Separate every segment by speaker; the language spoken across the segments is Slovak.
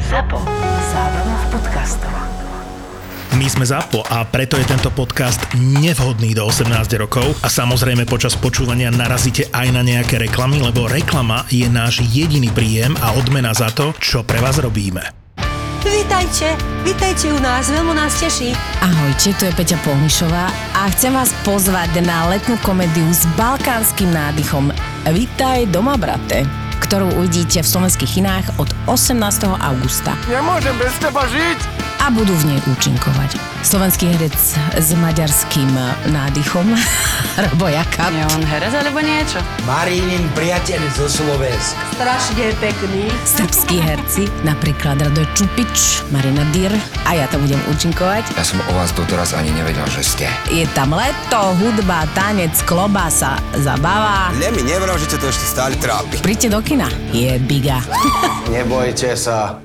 Speaker 1: ZAPO. Zábrná v podcastov.
Speaker 2: My sme ZAPO a preto je tento podcast nevhodný do 18 rokov a samozrejme počas počúvania narazíte aj na nejaké reklamy, lebo reklama je náš jediný príjem a odmena za to, čo pre vás robíme.
Speaker 3: Vítajte, vítajte u nás, veľmi nás teší.
Speaker 4: Ahojte, tu je Peťa Polnišová a chcem vás pozvať na letnú komédiu s balkánskym nádychom Vítaj doma, brate, ktorú uvidíte v slovenských kinách od 18. augusta
Speaker 5: Nemôžem bez teba žiť!
Speaker 4: a budú v nej účinkovať. Slovenský herec s maďarským nádychom Robo Jakab
Speaker 1: Je on herec alebo niečo?
Speaker 6: Marínin priateľ zo Slovenska.
Speaker 3: Strašne pekný.
Speaker 4: srbskí herci, napríklad Rado Čupič, Marina Dyr a ja tam budem účinkovať.
Speaker 6: Ja som o vás doteraz ani nevedel, že ste.
Speaker 4: Je tam leto, hudba, tanec, klobasa, zabava.
Speaker 7: Ne mi ne vrao, že ťa to ešte stále trápi.
Speaker 4: Príďte do kina, je biga.
Speaker 7: Nebojte sa.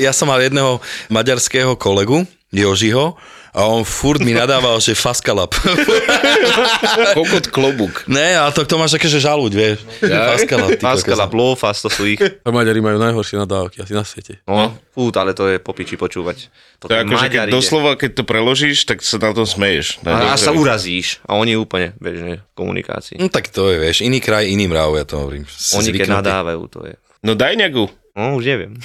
Speaker 8: ja som mal jedného maďarského kolegu, Jožiho, a on furt mi nadával, že faskalap.
Speaker 9: Kokot klobúk.
Speaker 8: ne, ale to, to máš také, že žalúď, vieš. Ja? Faskalap. ty kokos.
Speaker 9: Maskala, blofas, to sú ich.
Speaker 10: Maďari majú najhoršie nadávky asi na svete.
Speaker 9: No, fút, ale to je popiči počúvať. To,
Speaker 10: To je ako, že keď
Speaker 9: Maďari,
Speaker 10: doslova, keď to preložíš, tak sa na tom smeješ.
Speaker 9: A, a sa urazíš. A oni úplne bežne v komunikácii.
Speaker 8: No
Speaker 10: Mm.
Speaker 8: tak to je, vieš, iný kraj, iný mrav, ja to hovorím. Si
Speaker 9: Oni keď
Speaker 8: zvyknutý.
Speaker 9: nadávajú, to je.
Speaker 10: No daj nejakú.
Speaker 9: No, už neviem.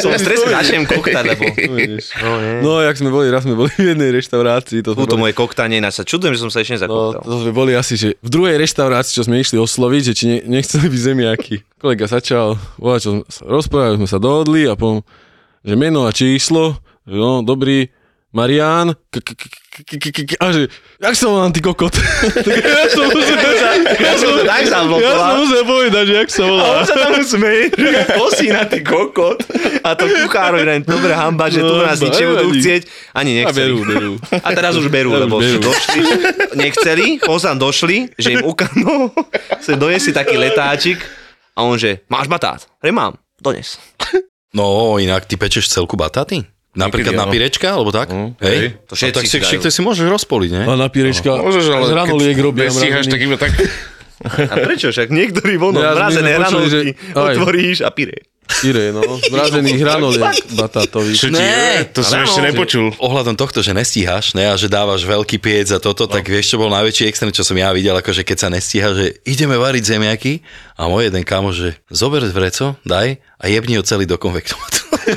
Speaker 9: som v strese, začnem koktať, lebo... No, nie.
Speaker 10: No, jak sme boli, raz sme boli v jednej reštaurácii, to,
Speaker 9: Fú, to moje koktanie, na sa čudujem, že som sa ešte
Speaker 10: no,
Speaker 9: nezakoktal.
Speaker 10: to sme boli asi, že v druhej reštaurácii, čo sme išli osloviť, že či ne, nechceli by zemiaky. Kolega začal, volá, čo sme sa rozprávali, sme sa dohodli a potom, že meno a číslo, že no, dobrý, Marian, k- k- k- k- k- k- a že, jak sa volám ty kokot? tak ja som musel, ja som,
Speaker 9: Tak
Speaker 10: ja
Speaker 9: zablokoval.
Speaker 10: som musel povedať, že jak sa
Speaker 9: A
Speaker 10: volá.
Speaker 9: on sa tam smeje, že ja posína ty kokot. A to kuchárovi len dobre hamba, že tu
Speaker 10: No,
Speaker 9: nás
Speaker 10: nevadí.
Speaker 9: nič nebudú chcieť. Ani
Speaker 10: A
Speaker 9: nechceli.
Speaker 10: berú, berú.
Speaker 9: A teraz už berú,
Speaker 10: Teraz už
Speaker 9: lebo
Speaker 10: berú.
Speaker 9: došli, nechceli, poznám došli, že im ukázal, sa donesli taký letáčik a on že, máš batát? Hre mám, dones.
Speaker 8: No, inak ty pečeš celku bataty? Napríklad
Speaker 10: Niekedy
Speaker 8: na
Speaker 10: áno.
Speaker 8: pirečka, alebo tak?
Speaker 10: hej.
Speaker 8: Hej?
Speaker 9: Mhm. To všetci
Speaker 8: A tak si,
Speaker 9: si dajú.
Speaker 8: však to si môžeš rozpoliť, ne?
Speaker 10: A na pírečka,
Speaker 9: No, Môžeš,
Speaker 10: až
Speaker 9: ale
Speaker 10: ráno liek robia
Speaker 9: nestíhaš,
Speaker 10: mravený.
Speaker 9: tak
Speaker 10: iba tak...
Speaker 9: A prečo však niektorí
Speaker 10: No,
Speaker 9: vono
Speaker 10: Ja, my sme počuli,
Speaker 9: mrazené hranolky
Speaker 10: že- aj.
Speaker 9: otvoríš a pire.
Speaker 10: Pire, no. Zmrazený hranoliek batátový.
Speaker 8: ti je?
Speaker 10: to som ešte nepočul.
Speaker 8: ohľadom tohto, že nestíhaš, ne, a že dávaš veľký piec a toto, no. tak vieš, čo bol najväčší extrém, čo som ja videl, akože keď sa nestíha, že ideme variť zemiaky a môj jeden kámo, že zober vreco, daj a jebni ho celý do konvektomatu.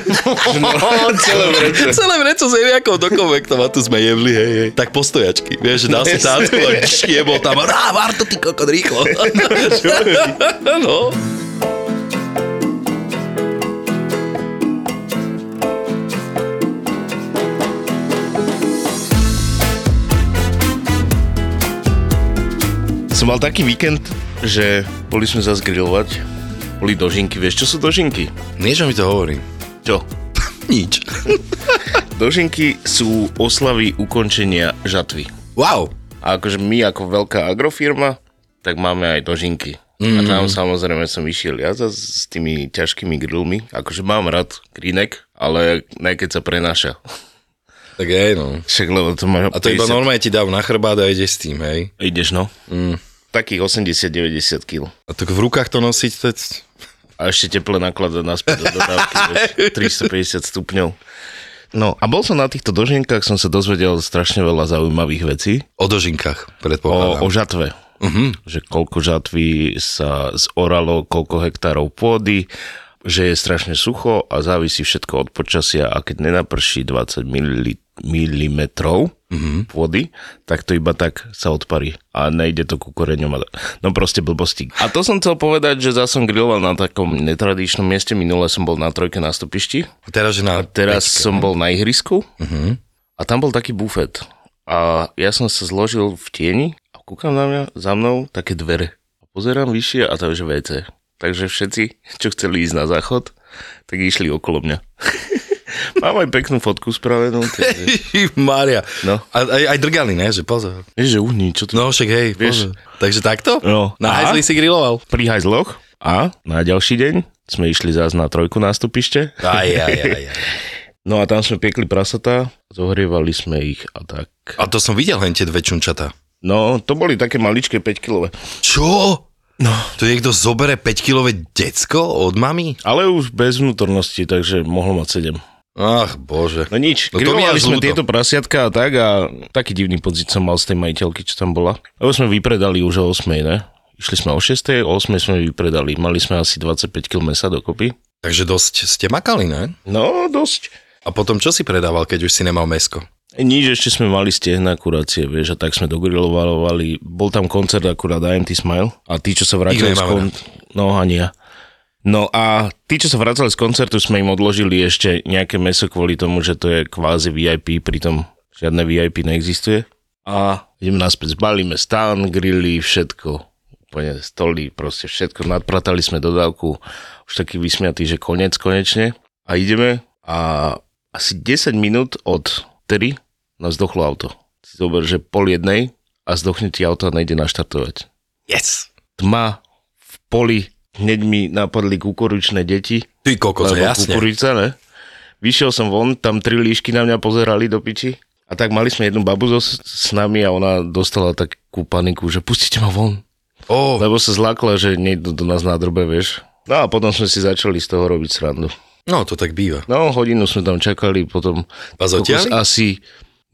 Speaker 8: celé vreco. celé vreco zemiakov do konvektomatu sme jebli, hej, hej. Tak postojačky, vieš, že dal si tácku a kš, jebol tam, rá, var to ty kokot, rýchlo. no.
Speaker 10: Som mal taký víkend, že boli sme zase grilovať. Boli dožinky, vieš, čo sú dožinky?
Speaker 8: Niečo mi to hovorí.
Speaker 10: Čo?
Speaker 8: Nič.
Speaker 10: Dožinky sú oslavy ukončenia žatvy.
Speaker 8: Wow.
Speaker 10: A akože my ako veľká agrofirma, tak máme aj dožinky. Mm. A tam samozrejme som išiel ja zas s tými ťažkými grillmi. Akože mám rád grinek, ale ne keď sa prenáša.
Speaker 8: Tak hej, no.
Speaker 10: Však lebo to má
Speaker 8: A to iba normálne ti dám na chrbát a ideš s tým, hej.
Speaker 10: Ideš no. Mm. Takých 80-90 kg.
Speaker 8: A tak v rukách to nosiť, to je...
Speaker 10: A ešte teple nakladať naspäť do dodávky, vieš, 350 stupňov. No a bol som na týchto doženkách, som sa dozvedel strašne veľa zaujímavých vecí
Speaker 8: O dožinkách,
Speaker 10: o,
Speaker 8: predpokladám.
Speaker 10: o žatve. Uh-huh. Že koľko žatvy sa zoralo, koľko hektárov pôdy, že je strašne sucho a závisí všetko od počasia a keď nenaprší 20 ml mm pôdy, tak to iba tak sa odparí a nejde to ku koreňom. a- No proste blbosti. A to som chcel povedať, že zase som griloval na takom netradičnom mieste. Minule som bol na trojke na stopišti
Speaker 8: Teraz, že na...
Speaker 10: teraz som bol na ihrisku uh-huh. a tam bol taký bufet. A ja som sa zložil v tieni a kúkam na mňa, za mnou také dvere. A pozerám vyššie a tam je že WC. Takže všetci, čo chceli ísť na záchod, tak išli okolo mňa. Mám aj peknú fotku spravenú. takže-
Speaker 8: Mária.
Speaker 10: No.
Speaker 8: A, aj, aj drgali, ne? Že pozor.
Speaker 10: Vieš, že uhni, čo to...
Speaker 8: No však hej,
Speaker 10: Vieš-
Speaker 8: pozor. Takže takto?
Speaker 10: No.
Speaker 8: Na
Speaker 10: Aha.
Speaker 8: hajzli si griloval.
Speaker 10: Pri hajzloch a na ďalší deň sme išli zás na trojku nástupište.
Speaker 8: Aj, aj, aj, aj.
Speaker 10: No a tam sme piekli prasatá, zohrievali sme ich a tak.
Speaker 8: A to som videl len tie dve čunčatá.
Speaker 10: No, to boli také maličké 5-kilové.
Speaker 8: Čo? No. Tu niekto zobere 5-kilové decko od mami?
Speaker 10: Ale už bez vnútornosti, takže mohlo mať 7.
Speaker 8: Ach, bože.
Speaker 10: No nič,
Speaker 8: No to mi
Speaker 10: grilovali
Speaker 8: až
Speaker 10: sme
Speaker 8: ľúto.
Speaker 10: tieto prasiatka a tak a taký divný pocit som mal z tej majiteľky, čo tam bola. Lebo sme vypredali už o 8, ne? Išli sme o 6, o 8 sme vypredali. Mali sme asi 25 kg mesa dokopy.
Speaker 8: Takže dosť ste makali, ne?
Speaker 10: No, dosť.
Speaker 8: A potom čo si predával, keď už si nemal mesko?
Speaker 10: Nič, ešte sme mali stehna kurácie, vieš, a tak sme dogrilovali. Bol tam koncert akurát IMT Smile a tí, čo sa vrátili
Speaker 8: Ich
Speaker 10: z
Speaker 8: nemáme
Speaker 10: kon... No, ani ja. No a tí, čo sa vracali z koncertu, sme im odložili ešte nejaké meso kvôli tomu, že to je kvázi VIP, pritom žiadne VIP neexistuje. A ideme naspäť, zbalíme stan, grily, všetko, úplne stoly, proste všetko, nadpratali sme dodávku, už taký vysmiatý, že konec konečne. A ideme a asi 10 minút od 3 nás dochlo auto. Si zober, že pol jednej a zdochne ti auto a nejde naštartovať
Speaker 8: Yes.
Speaker 10: tma v poli, hneď mi napadli kukuričné deti.
Speaker 8: Ty kokos,
Speaker 10: lebo
Speaker 8: jasne.
Speaker 10: Kukurica, ne? Vyšiel som von, tam tri líšky na mňa pozerali do piči. A tak mali sme jednu babu so, s nami a ona dostala takú paniku, že pustite ma von.
Speaker 8: Ó,
Speaker 10: Lebo sa zlákla, že niekto do nás nádrbe, vieš. No a potom sme si začali z toho robiť srandu.
Speaker 8: no to tak býva.
Speaker 10: No, hodinu sme tam čakali, potom...
Speaker 8: Vás
Speaker 10: kokos,
Speaker 8: odtiahli?
Speaker 10: Asi,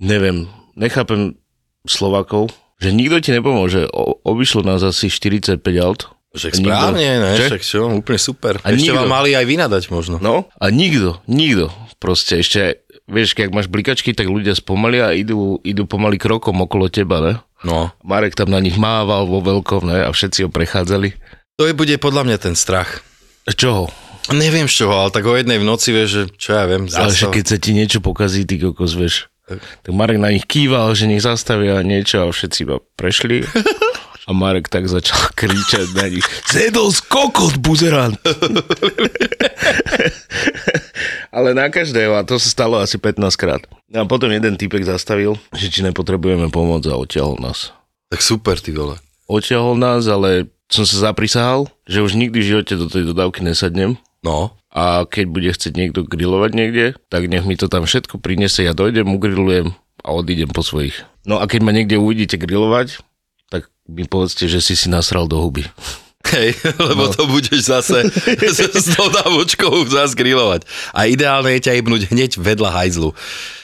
Speaker 10: neviem, nechápem Slovakov, že nikto ti nepomôže. O, obišlo nás asi 45 aut.
Speaker 8: Však
Speaker 10: Nikto-
Speaker 8: správne, ne?
Speaker 10: Že?
Speaker 8: Však čo, úplne super.
Speaker 10: A
Speaker 8: Ešte
Speaker 10: nikto.
Speaker 8: vám mali aj vynadať možno.
Speaker 10: No a nikto, nikto. Proste ešte, vieš, keď máš blikačky, tak ľudia spomalia a idú, idú pomaly krokom okolo teba, ne?
Speaker 8: No.
Speaker 10: Marek tam na nich mával vo veľkom, ne? A všetci ho prechádzali.
Speaker 8: To je, bude podľa mňa ten strach.
Speaker 10: Čoho?
Speaker 8: Neviem z čoho, ale tak o jednej v noci vieš, že čo ja viem,
Speaker 10: Ale že
Speaker 8: zastav.
Speaker 10: keď sa ti niečo pokazí, ty kokos, vieš. Tak Marek na nich kýval, že nech zastavia niečo a všetci iba prešli. A Marek tak začal kričať na nich. Zedol z kokot, buzerant! Ale na každého, a to sa stalo asi 15 krát. A potom jeden typek zastavil, že či nepotrebujeme pomoc a odtiahol nás.
Speaker 8: Tak super, ty vole.
Speaker 10: Odtiahol nás, ale som sa zaprisahal, že už nikdy v živote do tej dodávky nesadnem
Speaker 8: No.
Speaker 10: a keď bude chcieť niekto grilovať niekde, tak nech mi to tam všetko prinese, ja dojdem, ugrilujem a odídem po svojich. No a keď ma niekde uvidíte grilovať, tak mi povedzte, že si si nasral do huby.
Speaker 8: Hej, lebo no. to budeš zase s s tou dávočkou zase grilovať. A ideálne je ťa ibnúť hneď vedľa hajzlu.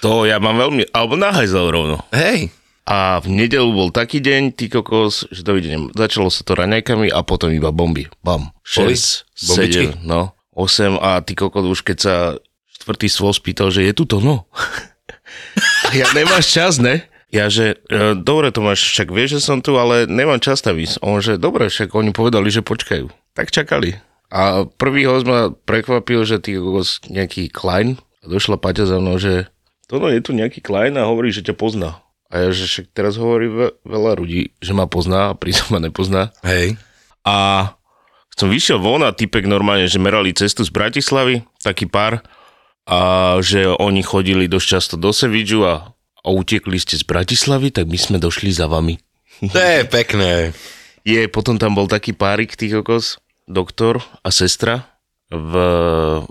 Speaker 10: To ja mám veľmi, alebo nahajzal rovno.
Speaker 8: Hej,
Speaker 10: A v nedelu bol taký deň, ty kokos, že dovidenia. Začalo sa to raňajkami a potom iba bomby. Bam.
Speaker 8: Boli?
Speaker 10: 6,
Speaker 8: Bombičky?
Speaker 10: 7, no. 8 a ty kokos už keď sa štvrtý svol spýtal, že je tu to, no. a ja nemáš čas, ne? Ja, že e, dobre to máš, však vieš, že som tu, ale nemám čas tam ísť. On, že dobre, však oni povedali, že počkajú. Tak čakali. A prvý host ma prekvapil, že ty kokos nejaký Klein. A došla Paťa za mnou, že Tono je tu nejaký Klein a hovorí, že ťa pozná. A ja, že však teraz hovorí ve- veľa ľudí, že ma pozná a pritom ma nepozná.
Speaker 8: hej.
Speaker 10: A som vyšiel von a typek normálne, že merali cestu z Bratislavy, taký pár, a že oni chodili dosť často do Sevidžu a, a utekli ste z Bratislavy, tak my sme došli za vami.
Speaker 8: To je pekné.
Speaker 10: Je, potom tam bol taký párik tých okos, doktor a sestra v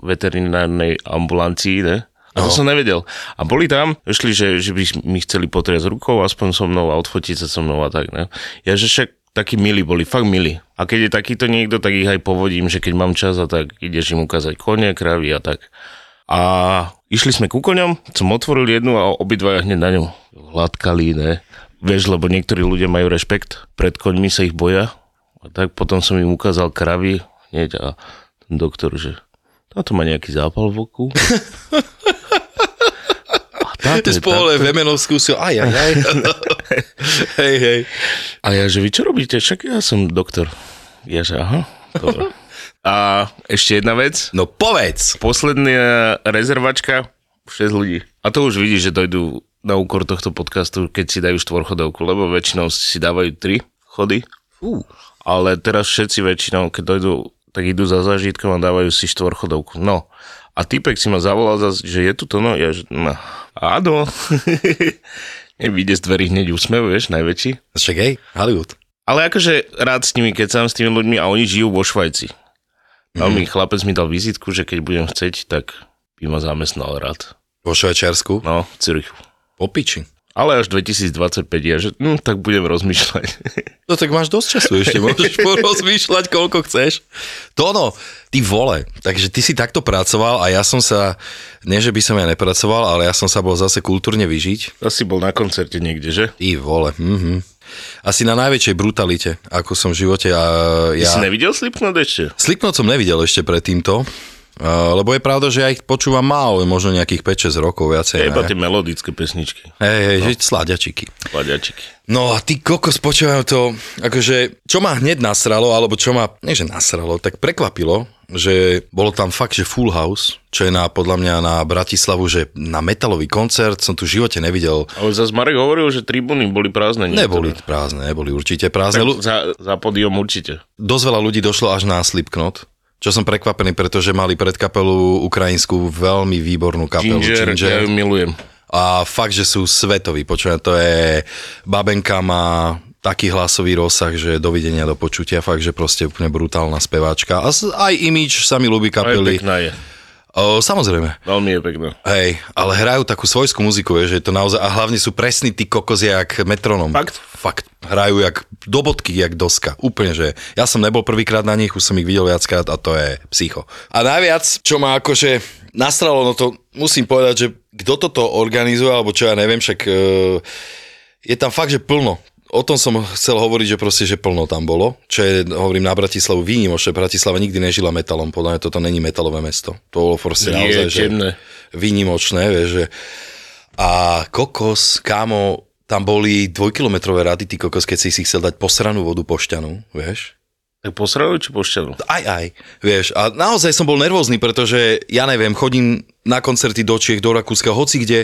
Speaker 10: veterinárnej ambulancii, ne? A to som nevedel. A boli tam, išli, že, že by mi chceli potriať rukou, aspoň so mnou a odfotiť sa so mnou a tak, ne? Ja, že však takí milí boli, fakt milí. A keď je takýto niekto, tak ich aj povodím, že keď mám čas a tak ideš im ukázať kone, kravy a tak. A išli sme ku koňom, som otvoril jednu a obidvaja hneď na ňu hladkali, ne? Vieš, lebo niektorí ľudia majú rešpekt, pred koňmi sa ich boja. A tak potom som im ukázal kravy hneď a ten doktor, že táto má nejaký zápal v oku. A táto je tá-
Speaker 8: Spole vemenov skúsil, aj, aj, aj. hej, hej.
Speaker 10: A ja, že vy čo robíte? Však ja som doktor. Ja, že aha, dobre. A ešte jedna vec,
Speaker 8: No povedz.
Speaker 10: posledná rezervačka, 6 ľudí. A to už vidíš, že dojdú na úkor tohto podcastu, keď si dajú štvorchodovku, lebo väčšinou si dávajú 3 chody. Fú. Ale teraz všetci väčšinou, keď dojdú, tak idú za zážitkom a dávajú si štvorchodovku. No. A typek si ma zavolal, zas, že je tu to, no, ja, že, no, áno. Nevíde z dverí hneď úsmev, vieš, najväčší.
Speaker 8: Však hej, Hollywood.
Speaker 10: Ale akože rád s nimi kecám, s tými ľuďmi a oni žijú vo Švajci. A mi chlapec mi dal vizitku, že keď budem chceť, tak by ma zamestnal rád.
Speaker 8: Vo Švajčiarsku?
Speaker 10: No, v Cirichu.
Speaker 8: Po piči.
Speaker 10: Ale až 2025, ja, že hm, tak budem rozmýšľať.
Speaker 8: No tak máš dosť času ešte, môžeš porozmýšľať, koľko chceš. Tono, ty vole, takže ty si takto pracoval a ja som sa, nie že by som ja nepracoval, ale ja som sa bol zase kultúrne vyžiť.
Speaker 10: Asi bol na koncerte niekde, že?
Speaker 8: Ty vole, mhm. Asi na najväčšej brutalite, ako som v živote a
Speaker 10: Ja.
Speaker 8: ja...
Speaker 10: Si nevidel Slipknot ešte?
Speaker 8: Slipknot som nevidel ešte pred týmto, eh, lebo je pravda, že ja ich počúvam málo, možno nejakých 5-6 rokov viacej.
Speaker 10: Ja, iba
Speaker 8: ne?
Speaker 10: tie melodické pesničky,
Speaker 8: Hej, hej, no. že sladiačiky.
Speaker 10: paďačiky.
Speaker 8: No a ty kokos, počúvam to, akože čo ma hneď nasralo, alebo čo ma, nie že nasralo, tak prekvapilo, že bolo tam fakt, že full house, čo je na, podľa mňa na Bratislavu, že na metalový koncert som tu v živote nevidel.
Speaker 10: Ale zase Marek hovoril, že tribúny boli prázdne. niektoré.
Speaker 8: Neboli prázdne, neboli určite prázdne.
Speaker 10: Tak
Speaker 8: Lu-
Speaker 10: za, za podium určite.
Speaker 8: Dosť veľa ľudí došlo až na Slipknot, čo som prekvapený, pretože mali pred kapelu ukrajinskú veľmi výbornú kapelu.
Speaker 10: Ginger, ja ju milujem.
Speaker 8: A fakt, že sú svetoví, počujem, to je, Babenka má taký hlasový rozsah, že dovidenia, do počutia, fakt, že proste úplne brutálna speváčka. A s- aj imič sa mi ľúbi
Speaker 10: Aj
Speaker 8: kapely.
Speaker 10: pekná je.
Speaker 8: O, samozrejme.
Speaker 10: Veľmi je pekná.
Speaker 8: Hej, ale hrajú takú svojskú muziku, vieš, že je to naozaj, a hlavne sú presní tí kokozy jak metronom.
Speaker 10: Fakt?
Speaker 8: Fakt, hrajú jak do bodky, jak doska. Úplne, že ja som nebol prvýkrát na nich, už som ich videl viackrát a to je psycho. A najviac, čo ma akože nastralo, no to musím povedať, že kto toto organizuje, alebo čo ja neviem, však e, je tam fakt, že plno. O tom som chcel hovoriť, že proste, že plno tam bolo, čo je, hovorím, na Bratislavu výnimočné. Bratislava nikdy nežila metalom, podľa mňa toto není metalové mesto. To bolo proste
Speaker 10: Je
Speaker 8: naozaj, že
Speaker 10: temné.
Speaker 8: výnimočné, vieš, že a kokos, kámo, tam boli dvojkilometrové rady, ty kokos, keď si si chcel dať posranú vodu pošťanú, vieš?
Speaker 10: Tak posrali či pošťanú?
Speaker 8: Aj, aj, vieš. A naozaj som bol nervózny, pretože, ja neviem, chodím na koncerty do Čiech, do Rakúska, hoci kde,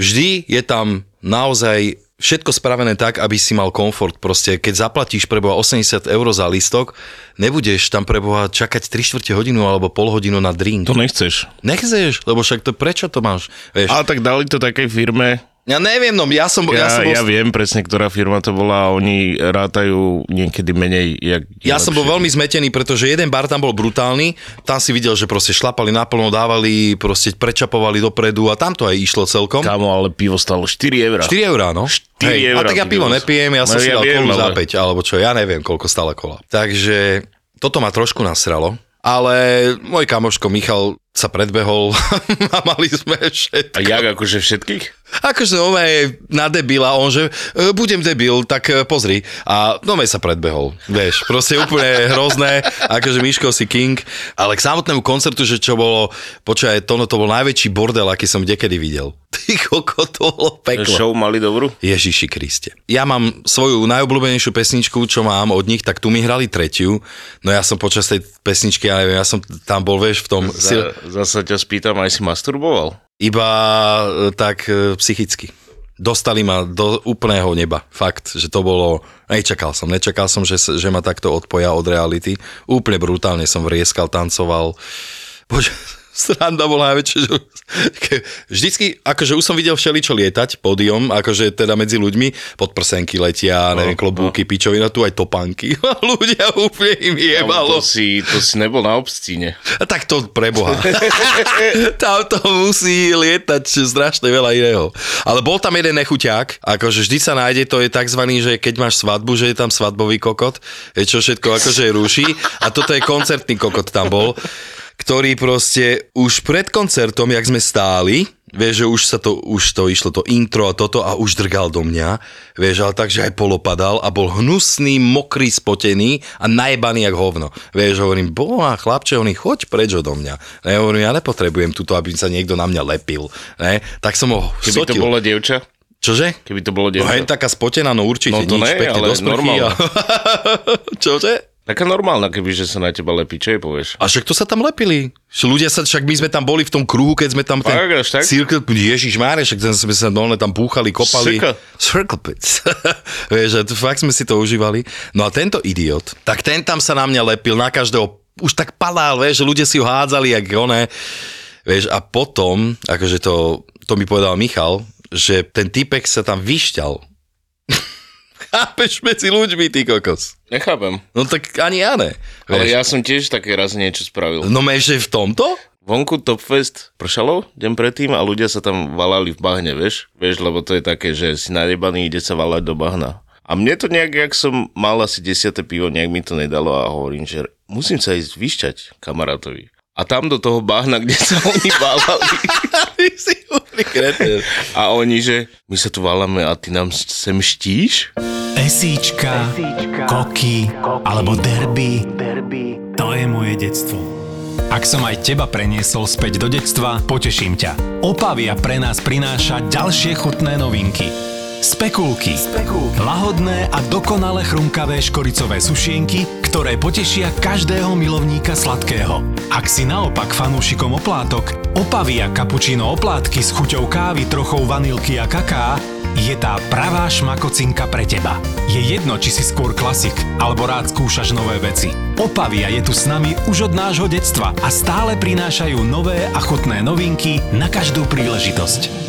Speaker 8: vždy je tam naozaj všetko spravené tak, aby si mal komfort. Proste, keď zaplatíš pre Boha 80 eur za listok, nebudeš tam pre Boha čakať 3 čtvrte hodinu alebo pol hodinu na drink.
Speaker 10: To nechceš.
Speaker 8: Nechceš, lebo však to prečo to máš? Vieš,
Speaker 10: Ale tak dali to takej firme,
Speaker 8: ja neviem, no ja som, ja,
Speaker 10: Ja, ja,
Speaker 8: som bol, ja,
Speaker 10: viem presne, ktorá firma to bola a oni rátajú niekedy menej. Jak je
Speaker 8: ja som bol
Speaker 10: lepšie.
Speaker 8: veľmi zmetený, pretože jeden bar tam bol brutálny, tam si videl, že proste šlapali naplno, dávali, proste prečapovali dopredu a tam to aj išlo celkom.
Speaker 10: Kámo, ale pivo stalo 4 eurá.
Speaker 8: 4 eurá, no.
Speaker 10: 4
Speaker 8: a
Speaker 10: eurá,
Speaker 8: tak ja
Speaker 10: ty
Speaker 8: pivo
Speaker 10: kokos.
Speaker 8: nepijem, ja som
Speaker 10: No,
Speaker 8: si
Speaker 10: ja
Speaker 8: dal
Speaker 10: viem,
Speaker 8: kolu za
Speaker 10: ale-
Speaker 8: 5, alebo čo, ja neviem, koľko stála kola. Takže toto ma trošku nasralo, ale môj kamoško Michal sa predbehol a mali sme
Speaker 10: A
Speaker 8: všetko.
Speaker 10: jak akože všetkých?
Speaker 8: Akože no je na debila, on že e, budem debil, tak e, pozri. A no sa predbehol, vieš, proste úplne hrozné, akože Miško si king. Ale k samotnému koncertu, že čo bolo, počkaj, to, no, to bol najväčší bordel, aký som kdekedy videl. Ty koko, to bolo peklo.
Speaker 10: Show mali dobrú?
Speaker 8: Ježiši Kriste. Ja mám svoju najobľúbenejšiu pesničku, čo mám od nich, tak tu mi hrali tretiu. No ja som počas tej pesničky, ja neviem, ja som tam bol, vieš, v tom... Za...
Speaker 10: Za, zasa ťa spýtam, aj si masturboval?
Speaker 8: Iba e, tak e, psychicky. Dostali ma do úplného neba. Fakt, že to bolo... Nečakal som, nečakal som, že, s- že ma takto odpoja od reality. Úplne brutálne som vrieskal, tancoval. Bože, sranda bola najväčšia. Že... ke- Vždycky, akože už som videl všeličo lietať, pódium, akože teda medzi ľuďmi, podprsenky letia, neviem, klobúky, pičovina, tu aj topánky. Ľudia úplne im jebalo.
Speaker 10: To si, to si nebol na obstíne.
Speaker 8: A tak to preboha. tam to musí lietať strašne veľa iného. Ale bol tam jeden nechuťák, akože vždy sa nájde, to je tzv. že keď máš svadbu, že je tam svadbový kokot, je čo všetko akože ruší. A toto je koncertný kokot tam bol, ktorý proste už pred koncertom, jak sme stáli, vieš, že už sa to, už to išlo to intro a toto a už drgal do mňa, vieš, ale tak, že aj polopadal a bol hnusný, mokrý, spotený a najebaný jak hovno. Vieš, hovorím, boha, chlapče, oni choď preč do mňa. Ne, hovorím, ja nepotrebujem tuto, aby sa niekto na mňa lepil. Ne? Tak som ho
Speaker 10: Keby to
Speaker 8: sotil.
Speaker 10: bola dievča?
Speaker 8: Čože?
Speaker 10: Keby to bolo
Speaker 8: No
Speaker 10: dievča?
Speaker 8: hen taká spotená, no určite,
Speaker 10: No to
Speaker 8: nič,
Speaker 10: ne,
Speaker 8: pekne
Speaker 10: ale
Speaker 8: do sprchy.
Speaker 10: normálne.
Speaker 8: A... Čože?
Speaker 10: Taká normálna, keby že sa na teba lepí, čo jej povieš?
Speaker 8: A však to sa tam lepili. Že Ľudia sa, však my sme tam boli v tom kruhu, keď sme tam ten
Speaker 10: Fakt, až tak?
Speaker 8: circle, ježiš máre, však ten sme sa dolne tam púchali, kopali.
Speaker 10: Circle.
Speaker 8: Circle pits. Vieš, a to fakt sme si to užívali. No a tento idiot, tak ten tam sa na mňa lepil, na každého už tak padal, vieš, že ľudia si ho hádzali, jak one. Vieš, a potom, akože to, to mi povedal Michal, že ten typek sa tam vyšťal chápeš medzi ľuďmi, ty kokos.
Speaker 5: Nechápem.
Speaker 8: No tak ani ja ne.
Speaker 5: Ale
Speaker 8: Vieš.
Speaker 5: ja som tiež také raz niečo spravil.
Speaker 8: No že v tomto?
Speaker 10: Vonku Topfest pršalo deň predtým a ľudia sa tam valali v bahne, vieš? Vieš, lebo to je také, že si najebaný, ide sa valať do bahna. A mne to nejak, jak som mal asi 10. pivo, nejak mi to nedalo a hovorím, že musím sa ísť vyšťať kamarátovi. A tam do toho bahna, kde sa oni válali.
Speaker 8: Ty si úplný kretén.
Speaker 10: A oni, že my sa tu válame a ty nám sem štíš?
Speaker 2: Esíčka, koky, alebo derby, to je moje detstvo. Ak som aj teba preniesol späť do detstva, poteším ťa. Opavia pre nás prináša ďalšie chutné novinky. Spekulky. Lahodné a dokonale chrumkavé škoricové sušienky, ktoré potešia každého milovníka sladkého. Ak si naopak fanúšikom oplátok, opavia kapučino oplátky s chuťou kávy, trochou vanilky a kaká, je tá pravá šmakocinka pre teba. Je jedno, či si skôr klasik, alebo rád skúšaš nové veci. Opavia je tu s nami už od nášho detstva a stále prinášajú nové a chutné novinky na každú príležitosť.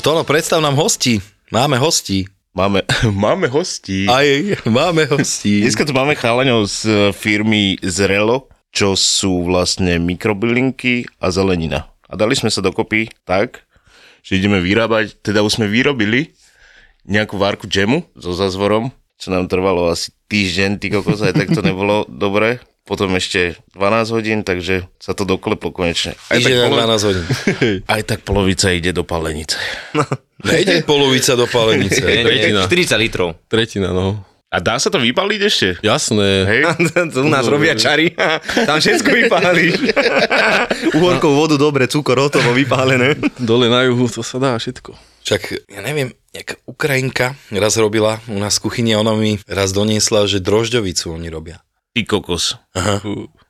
Speaker 8: Tono, predstav nám hosti. Máme hostí.
Speaker 10: Máme, máme hostí.
Speaker 8: Aj, máme hostí.
Speaker 10: Dneska tu máme chalaňov z e, firmy Zrelo, čo sú vlastne mikrobylinky a zelenina. A dali sme sa dokopy tak, že ideme vyrábať, teda už sme vyrobili nejakú várku džemu so zazvorom, čo nám trvalo asi týždeň, ty kokos, aj tak to nebolo dobre. Potom ešte 12 hodín, takže sa to dokleplo konečne. Aj
Speaker 8: Týždeň
Speaker 10: tak,
Speaker 8: na
Speaker 10: polo-
Speaker 8: 12 hodín.
Speaker 10: aj tak polovica ide do palenice.
Speaker 8: Nejde polovica do palenice.
Speaker 9: Nie, nie,
Speaker 5: Tretina.
Speaker 9: 40 litrov.
Speaker 5: Tretina, no.
Speaker 10: A dá sa to vypaliť ešte?
Speaker 5: Jasné.
Speaker 10: Hej,
Speaker 9: to u nás robia čary. Tam všetko vypálíš. Uhorkou vodu, dobre, cukor, hotovo, vypálené.
Speaker 5: Dole na juhu to sa dá všetko.
Speaker 8: Však, ja neviem, nejaká Ukrajinka raz robila u nás v kuchyni a ona mi raz doniesla, že drožďovicu oni robia.
Speaker 10: ty kokos.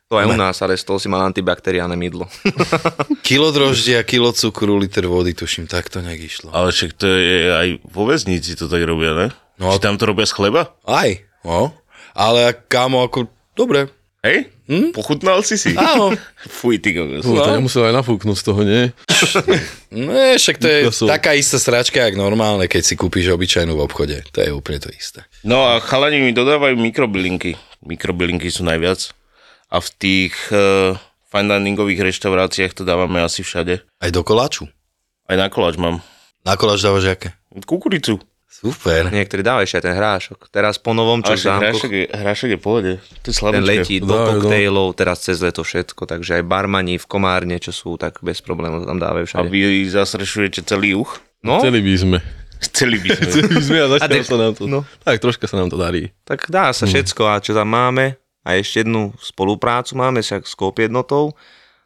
Speaker 9: To aj u nás, ale z toho si mal antibakteriálne mydlo.
Speaker 8: Kilo droždia, kilo cukru, liter vody, tuším, tak to nejak išlo.
Speaker 10: Ale však to je aj vo väznici to tak robia, ne?
Speaker 8: No a-
Speaker 10: No, Či tam to robia z chleba?
Speaker 8: Aj, no. Ale ak- kámo, ako, dobre.
Speaker 10: Hej? Hm? Pochutnal si si?
Speaker 8: Áno.
Speaker 10: Fuj, ty kokos.
Speaker 5: No. To
Speaker 8: No.
Speaker 5: nemusel aj nafúknúť z toho, nie?
Speaker 8: Ne, No, však to je
Speaker 5: To sú-
Speaker 8: taká istá sračka, jak normálne, keď si kúpiš obyčajnú v obchode. To je úplne to isté.
Speaker 10: No a chalani mi dodávajú mikrobylinky. Mikrobylinky sú najviac. A v tých uh, fine diningových reštauráciách to dávame asi všade.
Speaker 8: Aj do koláču.
Speaker 10: Aj na koláč mám.
Speaker 8: Na koláč dávaš aké?
Speaker 10: Kukuricu.
Speaker 8: Super.
Speaker 9: Niektorí dávajú ešte aj ten hrášok. Teraz po novom,
Speaker 10: Ale
Speaker 9: čo v
Speaker 10: však hrášok
Speaker 9: zámku,
Speaker 10: je, hrášok je v pohode. To je
Speaker 9: ten
Speaker 10: slabička.
Speaker 9: letí do
Speaker 5: Dávajú, no.
Speaker 9: koktejlov, teraz cez leto všetko, takže aj barmani v komárne, čo sú, tak bez problémov tam
Speaker 10: A
Speaker 9: dávajú všade.
Speaker 10: vy zasrešujete celý uch?
Speaker 9: No,
Speaker 5: Chceli by sme.
Speaker 10: Celý by sme.
Speaker 5: Chceli by sme a
Speaker 9: A
Speaker 5: začalo
Speaker 9: de-
Speaker 5: sa nám to.
Speaker 9: no.
Speaker 5: Tak troška sa nám to darí. Mm.
Speaker 9: tak dá sa všetko a čo tam máme. A ešte jednu spoluprácu máme však s kóp jednotou.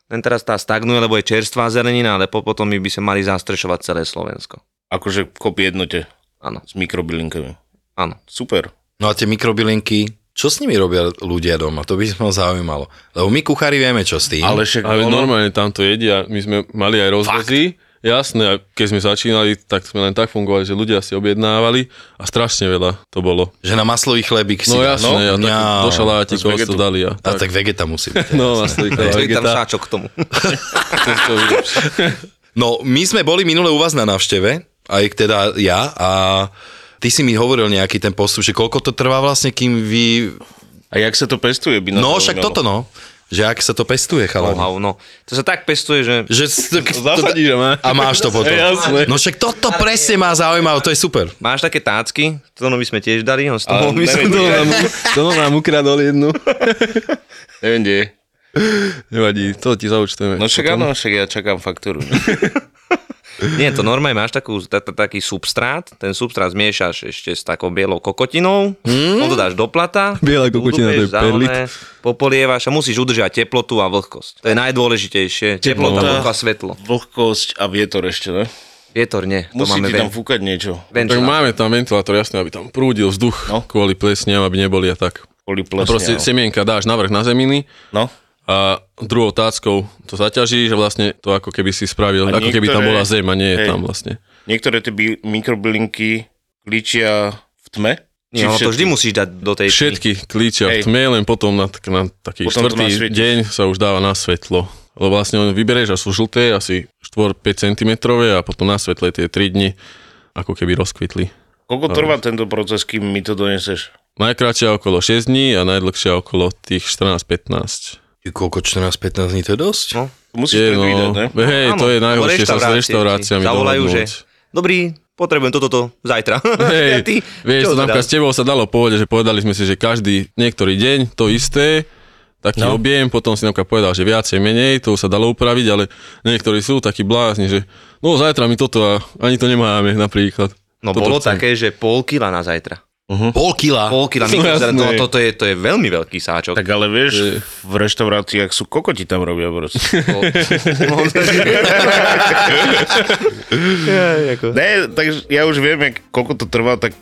Speaker 9: Len teraz tá stagnuje, lebo je čerstvá zelenina, ale po- potom my by sme mali zastrešovať celé Slovensko.
Speaker 10: Akože kop jednote
Speaker 9: Áno,
Speaker 10: s mikrobylinkami.
Speaker 9: áno.
Speaker 10: Super.
Speaker 8: No a tie mikrobylinky, čo s nimi robia ľudia doma? To by ma zaujímalo. Lebo my kuchári vieme, čo s tým.
Speaker 10: Ale no, však
Speaker 5: Ale
Speaker 10: ono-
Speaker 5: normálne tam to jedia. My sme mali aj rozvozy. Jasné, a keď sme začínali, tak sme len tak fungovali, že ľudia si objednávali a strašne veľa to bolo.
Speaker 8: Že na maslový chlebík si...
Speaker 5: No jasné, ja, tak
Speaker 8: mňau.
Speaker 5: do šalátikov
Speaker 10: Z
Speaker 5: to
Speaker 10: vegetu.
Speaker 5: dali. A,
Speaker 8: A tak vegeta musí byť.
Speaker 5: No, maslový chlebík.
Speaker 9: Je tam
Speaker 5: vegeta.
Speaker 9: šáčok k tomu.
Speaker 5: to vieš.
Speaker 8: No, my sme boli minule u vás na návšteve, aj teda ja, a ty si mi hovoril nejaký ten postup, že koľko to trvá vlastne, kým vy...
Speaker 10: A jak sa to pestuje? By nás
Speaker 8: No,
Speaker 10: zaujímalo.
Speaker 8: však toto no, že ak sa to pestuje, chalani.
Speaker 9: Know-how, no. To sa tak pestuje, že
Speaker 8: Že... s-
Speaker 5: Zasadí, že má.
Speaker 8: A máš to potom.
Speaker 5: Jasné.
Speaker 8: No však toto presne má zaujímavé, to je super.
Speaker 9: máš také tácky, to by sme tiež dali, on z toho by sme
Speaker 5: To
Speaker 10: neviem,
Speaker 5: nám, to nám ukradol jednu.
Speaker 10: Neviem, kde je.
Speaker 5: Nevadí, to ti zaučtujeme.
Speaker 10: No však áno, však ja čakám faktúru.
Speaker 9: Nie, to normálne máš takú, ta, ta, taký substrát, ten substrát zmiešaš ešte s takou bielou kokotinou, mm. to dáš do plata.
Speaker 5: Hmm? Biela kokotina, to je
Speaker 9: udobeš za
Speaker 5: perlit.
Speaker 9: oné, Popolievaš a musíš udržať teplotu a vlhkosť. To je najdôležitejšie. Teplota,
Speaker 10: Teplota.
Speaker 9: vlhko a svetlo.
Speaker 10: Vlhkosť a vietor ešte, ne?
Speaker 9: Vietor nie, to
Speaker 10: Musí
Speaker 9: máme
Speaker 10: ti
Speaker 9: ven,
Speaker 10: tam fúkať niečo.
Speaker 5: Tak
Speaker 9: venčila.
Speaker 5: máme tam ventilátor, jasne, aby tam prúdil vzduch
Speaker 10: No.
Speaker 5: kvôli plesniam, aby neboli a tak.
Speaker 10: Kvôli
Speaker 5: A
Speaker 10: plesne.
Speaker 5: proste
Speaker 10: áno.
Speaker 5: semienka dáš navrh na zeminy
Speaker 10: No.
Speaker 5: a druhou táckou to zaťaží, že vlastne to ako keby si spravil,
Speaker 10: A
Speaker 5: ako keby tam
Speaker 10: niektoré-
Speaker 5: bola zem a nie je
Speaker 10: hej.
Speaker 5: tam vlastne.
Speaker 10: Niektoré tie bi- mikrobylinky kličia v tme
Speaker 9: Nie, ale no, to vždy musíš dať do tej...
Speaker 5: Všetky klíče a
Speaker 9: Hej. No,
Speaker 5: tmie len potom na, tak- na taký
Speaker 9: Potom to
Speaker 5: štvrtý
Speaker 9: nasvietiš.
Speaker 5: deň sa už dáva na svetlo. Lebo vlastne on vyberieš a sú žlté, asi 4-5 cm a potom na svetle tie 3 dni ako keby rozkvitli.
Speaker 10: Koľko trvá tento proces, kým mi to doneseš?
Speaker 5: Najkračšia okolo 6 dní a najdlhšia okolo tých 14-15.
Speaker 8: Koľko 14-15 dní to je dosť?
Speaker 9: No.
Speaker 8: Musíš predvídať, ne?
Speaker 5: Hej,
Speaker 9: Áno,
Speaker 5: to je
Speaker 9: po
Speaker 5: najhoršie sa s
Speaker 9: reštaurácii
Speaker 5: reštauráciami
Speaker 9: ti Zavolajú, že
Speaker 5: dohodnúť.
Speaker 9: dobrý, potrebujem toto to zajtra.
Speaker 5: Hej,
Speaker 9: A ty,
Speaker 5: vieš,
Speaker 9: čo
Speaker 5: to napríklad s
Speaker 9: teda?
Speaker 5: tebou sa dalo v pohode, že povedali sme si, že každý niektorý deň to isté, taký
Speaker 9: No.
Speaker 5: no. objem, potom si napríklad povedal, že viacej menej, to už sa dalo upraviť, ale niektorí sú takí blázni, že no zajtra mi toto a ani to nemáme napríklad.
Speaker 9: No
Speaker 5: Toto
Speaker 9: bolo
Speaker 5: chcem.
Speaker 9: také, že pol kila na zajtra.
Speaker 8: Uh-huh. Pol kila?
Speaker 9: Pol kila,
Speaker 10: No
Speaker 9: mikrozrad, no,
Speaker 10: jasné.
Speaker 9: toto je, to je veľmi veľký sáčok.
Speaker 10: Tak ale vieš, v reštauráciách sú kokoti tam robia proste. ne, takže ja už viem, jak- koľko to trvá, tak,